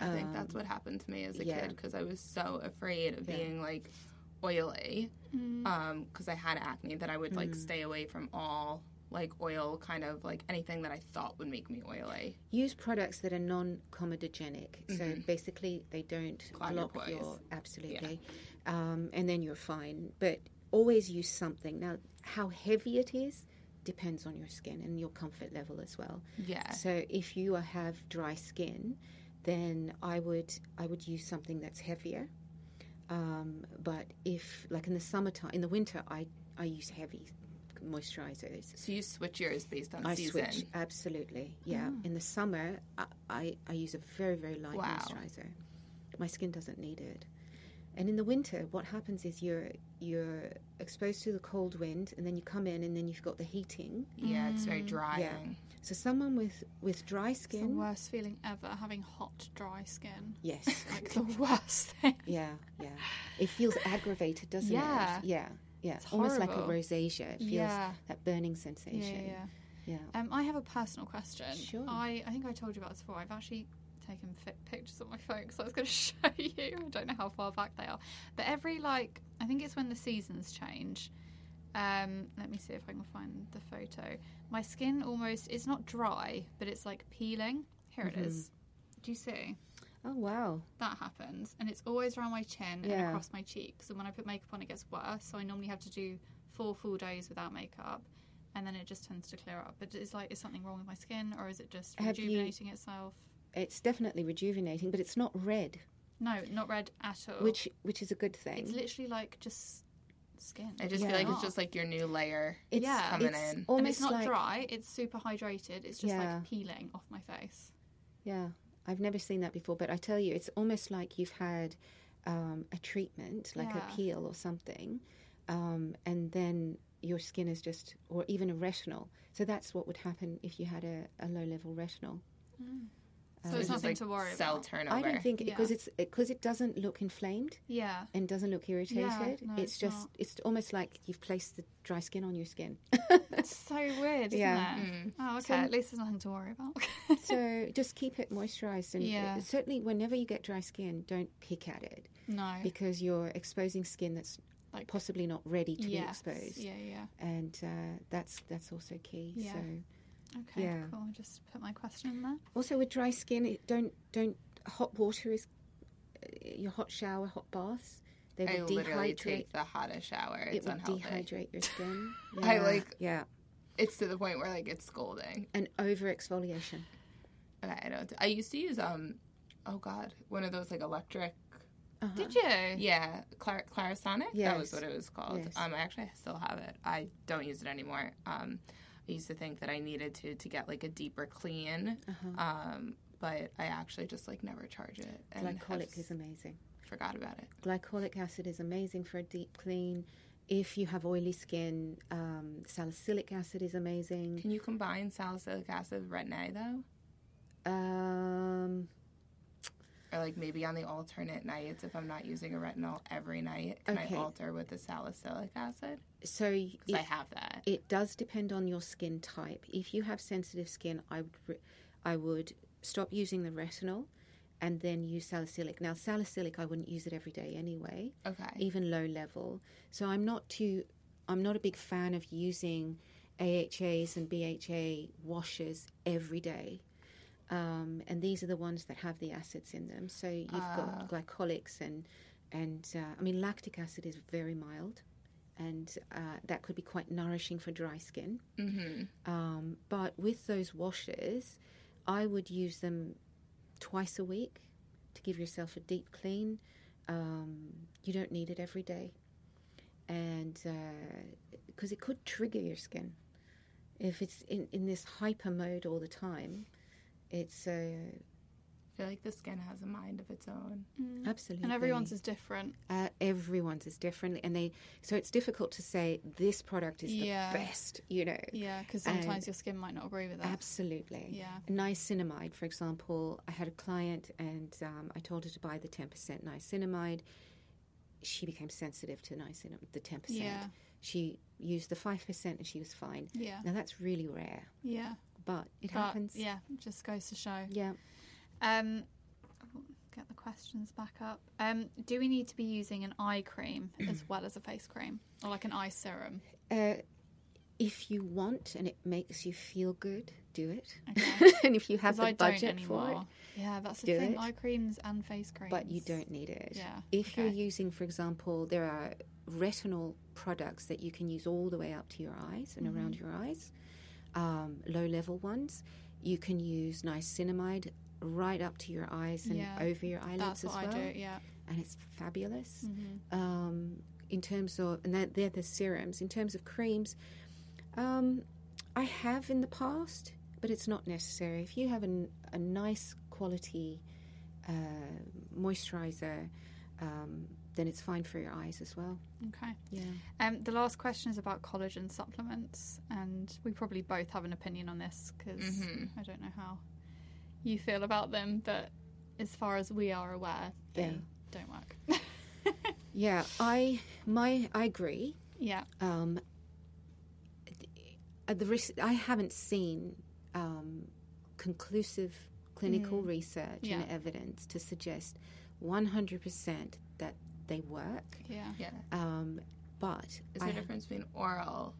Speaker 1: [LAUGHS] I think that's what happened to me as a kid 'cause
Speaker 3: Um, yeah.
Speaker 1: kid because I was so afraid of
Speaker 3: Yeah.
Speaker 1: being like oily because I had acne that I would
Speaker 3: Mm.
Speaker 1: like stay away from all like oil kind of like anything that I thought would make me oily.
Speaker 3: Use products that are non-comedogenic, so basically they don't
Speaker 1: Mm-hmm. Clog your
Speaker 3: block
Speaker 1: pores.
Speaker 3: your, absolutely, um, and then you're fine. But always use something. Now, how heavy it is depends on your skin and your comfort level as well.
Speaker 1: Yeah.
Speaker 3: So if you are- have dry skin, then I would I would use something that's heavier. Um, but if like in the summertime, in the winter, I I use heavy moisturizers.
Speaker 1: So you switch yours based on
Speaker 3: I
Speaker 1: season. Ah.
Speaker 3: switch absolutely. Yeah, in the summer, I, I I use a very very light
Speaker 1: Wow.
Speaker 3: moisturizer. My skin doesn't need it. And in the winter, what happens is you're you're exposed to the cold wind, and then you come in, and then you've got the heating.
Speaker 1: Yeah, it's
Speaker 2: Mm.
Speaker 1: very drying.
Speaker 3: So someone with with dry
Speaker 2: It's the
Speaker 3: skin,
Speaker 2: worst feeling ever, having hot, dry skin.
Speaker 3: yes,
Speaker 2: Like the [LAUGHS] worst thing.
Speaker 3: Yeah, yeah. It feels aggravated, doesn't
Speaker 2: Yeah.
Speaker 3: it? Yeah. Yeah.
Speaker 2: It's
Speaker 3: Almost like
Speaker 2: horrible.
Speaker 3: a rosacea. It feels
Speaker 2: Yeah.
Speaker 3: that burning
Speaker 2: Yeah,
Speaker 3: sensation.
Speaker 2: yeah.
Speaker 3: yeah.
Speaker 2: Um, I have a personal question.
Speaker 3: Sure.
Speaker 2: I, I think I told you about this before. I've actually taken fi- pictures on my phone because I was going to [LAUGHS] show you. I don't know how far back they are. But every, like, I think it's when the seasons change. Um, let me see if I can find the photo. My skin almost, it's not dry, but it's like peeling. Here
Speaker 3: Mm-hmm.
Speaker 2: it is. Do you see?
Speaker 3: Oh wow.
Speaker 2: That happens. And it's always around my chin and
Speaker 3: Yeah.
Speaker 2: across my cheeks. And when I put makeup on, it gets worse. So I normally have to do four full days without makeup. And then it just tends to clear up. But it's like, is something wrong with my skin or is it just
Speaker 3: Have you-
Speaker 2: rejuvenating itself?
Speaker 3: It's definitely rejuvenating, but it's not red,
Speaker 2: No, not red at all.
Speaker 3: which which is a good
Speaker 2: Oh. It's
Speaker 3: thing.
Speaker 2: literally like just skin.
Speaker 1: I just
Speaker 3: Yeah.
Speaker 1: feel like it's just like your new layer.
Speaker 3: It's,
Speaker 2: yeah.
Speaker 1: Coming
Speaker 3: it's
Speaker 1: in.
Speaker 2: And
Speaker 3: almost
Speaker 2: it's not
Speaker 3: like
Speaker 2: dry, it's super hydrated. It's just
Speaker 3: Yeah.
Speaker 2: like peeling off my face.
Speaker 3: yeah. I've never seen that before, but I tell you, it's almost like you've had um, a treatment, like
Speaker 2: Yeah.
Speaker 3: a peel or something, um, and then your skin is just, or even a retinol. So that's what would happen if you had a, a low level retinol.
Speaker 2: Mm. So it's
Speaker 1: just,
Speaker 2: nothing
Speaker 1: like,
Speaker 2: to worry
Speaker 1: Cell
Speaker 2: about.
Speaker 1: turnover.
Speaker 3: I don't think
Speaker 2: Yeah.
Speaker 3: because it's because it doesn't look inflamed
Speaker 2: Yeah.
Speaker 3: and doesn't look irritated.
Speaker 2: no,
Speaker 3: it's,
Speaker 2: it's
Speaker 3: just
Speaker 2: not.
Speaker 3: it's almost like you've placed the dry skin on your
Speaker 2: [LAUGHS]
Speaker 3: skin.
Speaker 2: It's so weird, isn't
Speaker 3: Yeah.
Speaker 2: it? Oh, okay.
Speaker 3: So-
Speaker 2: At least there's nothing to worry about. [LAUGHS]
Speaker 3: so just keep it moisturized and
Speaker 2: Yeah.
Speaker 3: certainly whenever you get dry skin, don't pick at it
Speaker 2: no.
Speaker 3: because you're exposing skin that's
Speaker 2: Like-
Speaker 3: possibly not ready to
Speaker 2: Yes.
Speaker 3: be exposed.
Speaker 2: Yeah, yeah.
Speaker 3: And uh, that's that's also key.
Speaker 2: Yeah.
Speaker 3: So
Speaker 2: Okay,
Speaker 3: Yeah.
Speaker 2: cool. I'll Just put my question in there.
Speaker 3: also with dry skin, it don't don't hot water is uh, your hot shower, hot baths. They
Speaker 1: I
Speaker 3: will
Speaker 1: literally
Speaker 3: dehydrate.
Speaker 1: take the hottest shower.
Speaker 3: It
Speaker 1: It's
Speaker 3: will
Speaker 1: unhealthy.
Speaker 3: dehydrate your skin.
Speaker 1: [LAUGHS] I
Speaker 3: Yeah,
Speaker 1: like-
Speaker 3: yeah.
Speaker 1: It's to the point where like it's scalding.
Speaker 3: and over exfoliation.
Speaker 1: Okay, I don't. I used to use um, oh god, one of those like electric.
Speaker 3: Uh-huh,
Speaker 2: Did you?
Speaker 1: Yeah, Clar- Clarisonic. That was
Speaker 3: Yes.
Speaker 1: what it was called.
Speaker 3: Yes.
Speaker 1: Um, I actually still have it. I don't use it anymore. Um, I used to think that I needed to to get like a deeper clean.
Speaker 3: uh-huh. Mm.
Speaker 1: Um, but I actually just like never charge it and have
Speaker 3: Glycolic is amazing.
Speaker 1: forgot about it.
Speaker 3: Glycolic acid is amazing for a deep clean. If you have oily skin, um, salicylic acid is amazing.
Speaker 1: Can you combine salicylic acid with retin A though?
Speaker 3: Um,
Speaker 1: Or like maybe on the alternate nights if I'm not using a retinol every night, can
Speaker 3: Okay.
Speaker 1: I alter with the salicylic acid?
Speaker 3: so y-
Speaker 1: Because I
Speaker 3: it,
Speaker 1: have that.
Speaker 3: it does depend on your skin type. If you have sensitive skin, I would, re- I would stop using the retinol and then use salicylic. Now, salicylic, I wouldn't use it every day anyway,
Speaker 1: Okay.
Speaker 3: even low level. So I'm not too, I'm not a big fan of using AHAs and BHA washes every day. Um, and these are the ones that have the acids in them. So you've got glycolics and, and uh, I mean, lactic acid is very mild. And uh, that could be quite nourishing for dry skin.
Speaker 1: Mm-hmm.
Speaker 3: Um, but with those washes, I would use them twice a week to give yourself a deep clean. Um, you don't need it every day. And because it could trigger your skin. If it's in, in this hyper mode all the time, it's uh,
Speaker 1: I feel like the skin has a mind of its own.
Speaker 3: absolutely.
Speaker 2: Mm. And everyone's is different.
Speaker 3: Uh, everyone's is different. And they, so it's difficult to say this product is
Speaker 2: Yeah.
Speaker 3: the best, you know.
Speaker 2: Yeah, because sometimes your skin might not agree with that.
Speaker 3: Uh, Absolutely.
Speaker 2: Yeah.
Speaker 3: Niacinamide, for example, I had a client and um, I told her to buy the 10% niacinamide. She became sensitive to niacinamide, the 10%.
Speaker 2: Yeah.
Speaker 3: She used the 5% and she was fine.
Speaker 2: Yeah.
Speaker 3: Now, that's really rare,
Speaker 2: Yeah.
Speaker 3: but it
Speaker 2: But
Speaker 3: happens.
Speaker 2: yeah, just goes to show.
Speaker 3: Yeah.
Speaker 2: Um, get the questions back up. Um, do we need to be using an eye cream
Speaker 3: Mm.
Speaker 2: as well as a face cream, or like an eye serum?
Speaker 3: Uh, if you want and it makes you feel good, do it. [LAUGHS]
Speaker 2: Okay.
Speaker 3: and if you
Speaker 2: 'Cause
Speaker 3: have the
Speaker 2: I don't
Speaker 3: budget for it,
Speaker 2: anymore. Yeah, that's the
Speaker 3: do
Speaker 2: thing.
Speaker 3: it.
Speaker 2: Eye creams and face creams.
Speaker 3: but you don't need it.
Speaker 2: Yeah,
Speaker 3: If you're
Speaker 2: okay.
Speaker 3: using, for example, there are retinol products that you can use all the way up to your eyes and around
Speaker 2: Mm-hmm.
Speaker 3: your eyes, um, low level ones. You can use niacinamide right up to your eyes and
Speaker 2: Yeah,
Speaker 3: over your eyelids
Speaker 2: That's what
Speaker 3: as well.
Speaker 2: I do. Yeah. Mm-hmm.
Speaker 3: And it's fabulous. Um, in terms of, and that, they're the serums. In terms of creams, um, I have in the past, but it's not necessary. If you have an, a nice quality uh, moisturizer, um, then it's fine for your eyes as well.
Speaker 2: Okay.
Speaker 3: Yeah.
Speaker 2: Um, the last question is about collagen supplements, and we probably both have an opinion on this because I don't know how you feel about them, but as far as we are aware, they
Speaker 3: Yeah.
Speaker 2: don't work.
Speaker 3: Yeah, I my I agree.
Speaker 2: yeah.
Speaker 3: Um, at the risk, I haven't seen um, conclusive
Speaker 1: Mm.
Speaker 3: clinical research
Speaker 2: Yeah.
Speaker 3: and evidence to suggest 100% that they work.
Speaker 2: Yeah.
Speaker 1: Yeah.
Speaker 3: Um, but
Speaker 1: Is
Speaker 3: I
Speaker 1: there a difference between oral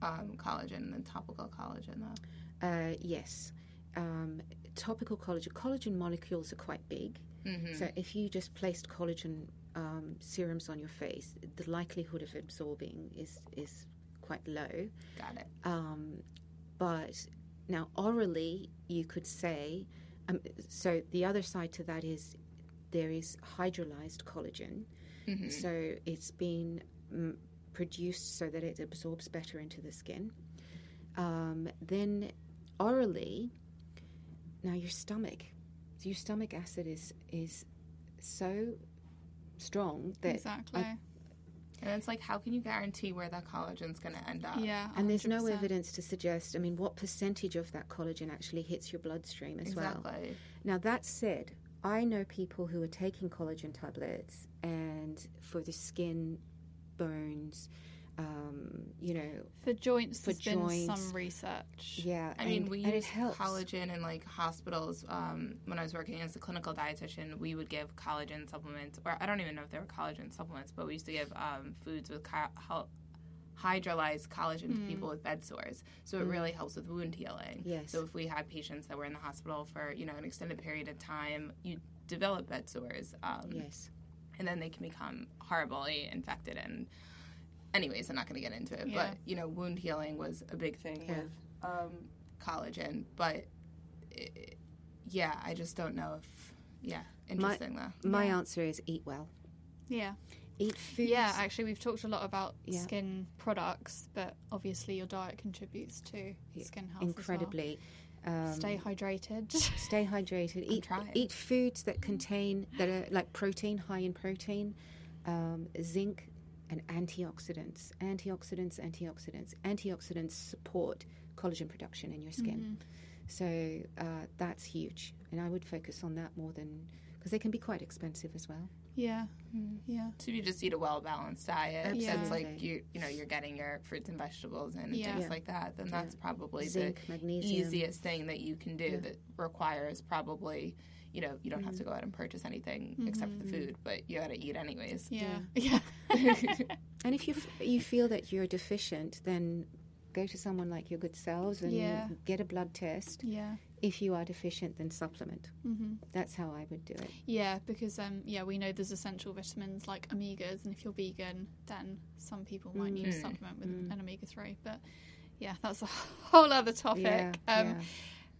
Speaker 1: um, collagen and topical collagen, though?
Speaker 3: Uh, yes. Um, topical collagen. Collagen molecules are quite big.
Speaker 1: Mm-hmm.
Speaker 3: So
Speaker 1: Mm.
Speaker 3: if you just placed collagen um, serums on your face, the likelihood of absorbing is is quite low.
Speaker 1: Got it.
Speaker 3: Um, but now orally, you could say. Um, so the other side to that is there is hydrolyzed collagen.
Speaker 1: Hmm. Mm-hmm.
Speaker 3: So it's been mm, produced so that it absorbs better into the skin. Um, then orally, now your stomach, your stomach acid is is so strong that
Speaker 2: Exactly.
Speaker 3: uh,
Speaker 1: And it's like, how can you guarantee where that collagen's going to end up?
Speaker 2: yeah.
Speaker 3: and there's no
Speaker 2: 100%.
Speaker 3: evidence to suggest. I mean, what percentage of that collagen actually hits your bloodstream as well?
Speaker 1: Exactly.
Speaker 3: Now, that said, I know people who are taking collagen tablets and for the skin, bones, um, you know,
Speaker 2: For joints,
Speaker 3: For
Speaker 2: there's been
Speaker 3: joints.
Speaker 2: some research.
Speaker 3: yeah.
Speaker 1: I mean,
Speaker 3: and,
Speaker 1: we
Speaker 3: and
Speaker 1: use
Speaker 3: it helps.
Speaker 1: collagen in like hospitals. Um, when I was working as a clinical dietitian, we would give collagen supplements, or I don't even know if they were collagen supplements, but we used to give um, foods with co- hel- hydrolyzed collagen to people with bed sores. So it really helps with wound healing.
Speaker 3: Mm. Yes.
Speaker 1: So if we had patients that were in the hospital for you know an extended period of time, you develop bed sores, um,
Speaker 3: Yes.
Speaker 1: and then they can become horribly infected and. Anyways, I'm not going to get into it,
Speaker 2: Yeah.
Speaker 1: but you know, wound healing was a big thing
Speaker 3: Yeah.
Speaker 1: with um, collagen, but it, yeah, I just don't know if yeah, interesting though.
Speaker 3: My answer is eat well.
Speaker 2: Yeah.
Speaker 3: Eat foods.
Speaker 2: Yeah, actually, we've talked a lot about
Speaker 3: Yeah.
Speaker 2: skin products, but obviously your diet contributes to skin health. as well.
Speaker 3: incredibly. Um,
Speaker 2: Stay hydrated.
Speaker 3: stay hydrated. Eat
Speaker 1: trying.
Speaker 3: eat foods
Speaker 1: Mm-hmm.
Speaker 3: that contain that are like protein, high in protein, um, zinc, and antioxidants. Antioxidants, antioxidants, antioxidants support
Speaker 2: [LAUGHS]
Speaker 3: collagen
Speaker 2: Mm-hmm.
Speaker 3: production in your skin. So uh, that's huge, and I would focus on that more than because they can be quite expensive as well.
Speaker 2: Yeah. Yeah.
Speaker 1: So you just eat a well balanced diet.
Speaker 2: Yeah.
Speaker 1: That's like
Speaker 3: Absolutely.
Speaker 1: you you know you're getting your fruits and vegetables and
Speaker 2: Yeah.
Speaker 1: things
Speaker 3: Yeah.
Speaker 1: like that. Then that's probably
Speaker 3: Zinc,
Speaker 1: the
Speaker 3: magnesium.
Speaker 1: easiest thing that you can do that requires probably you know you don't
Speaker 2: Mm-hmm.
Speaker 1: have to go out and purchase anything except for the food, but you got to eat anyways.
Speaker 2: Yeah. Yeah. [LAUGHS]
Speaker 3: And if you f- you feel that you're deficient, then go to someone like your good selves and
Speaker 2: Yeah.
Speaker 3: get a blood test.
Speaker 2: yeah.
Speaker 3: If you are deficient, then supplement.
Speaker 2: hmm
Speaker 3: That's how I would do it.
Speaker 2: Yeah, because um, yeah, we know there's essential vitamins like omegas, and if you're vegan, then some people might need to
Speaker 1: Mm.
Speaker 2: supplement with an omega three. But yeah, that's a [LAUGHS] whole other topic. um,
Speaker 3: yeah.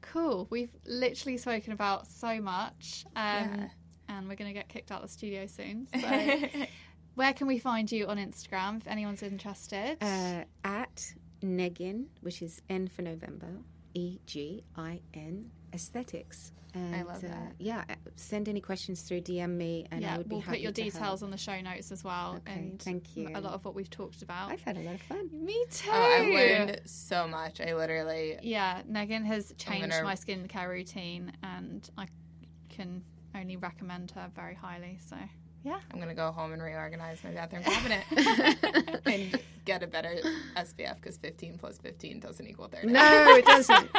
Speaker 2: Cool. We've literally spoken about so much, um,
Speaker 1: Yeah.
Speaker 2: and we're going to get kicked out of the studio
Speaker 3: [LAUGHS]
Speaker 2: soon. So, where can we find you on Instagram if anyone's interested?
Speaker 3: uh, at Negin, which is N for November, E G I N Aesthetics. And,
Speaker 1: love
Speaker 3: uh,
Speaker 1: that.
Speaker 3: yeah, uh, send any questions through DM me, and
Speaker 2: yeah,
Speaker 3: I would be
Speaker 2: we'll
Speaker 3: happy
Speaker 2: put your
Speaker 3: to
Speaker 2: details
Speaker 3: help.
Speaker 2: on the show notes as well,
Speaker 3: Okay,
Speaker 2: and
Speaker 3: thank you.
Speaker 2: a lot of what we've talked about.
Speaker 3: I've had a lot of fun.
Speaker 2: Me too.
Speaker 1: Oh, I've learned so much. I literally
Speaker 2: Yeah, Megan has changed
Speaker 1: gonna-
Speaker 2: my skincare routine, and I can only recommend her very highly. So, yeah.
Speaker 1: I'm gonna go home and reorganize my bathroom
Speaker 3: [LAUGHS]
Speaker 1: cabinet and get a better SPF because 15 plus 15 doesn't equal 30.
Speaker 3: No,
Speaker 2: [LAUGHS]
Speaker 3: it doesn't.
Speaker 1: [LAUGHS]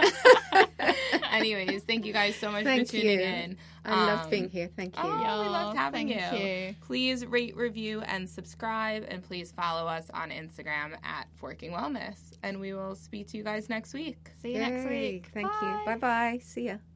Speaker 1: Anyways, thank you guys so much
Speaker 3: Thank
Speaker 1: for tuning
Speaker 3: you.
Speaker 1: in.
Speaker 3: I love
Speaker 1: Um,
Speaker 3: being here. Thank you.
Speaker 1: Oh, we loved
Speaker 2: Y'all,
Speaker 1: having
Speaker 2: thank
Speaker 1: you.
Speaker 2: you.
Speaker 1: Please rate, review, and subscribe, and please follow us on Instagram at Forking Wellness. And we will speak to you guys next week.
Speaker 2: See you next
Speaker 3: Yay.
Speaker 2: week.
Speaker 3: Thank you. Bye bye. See ya.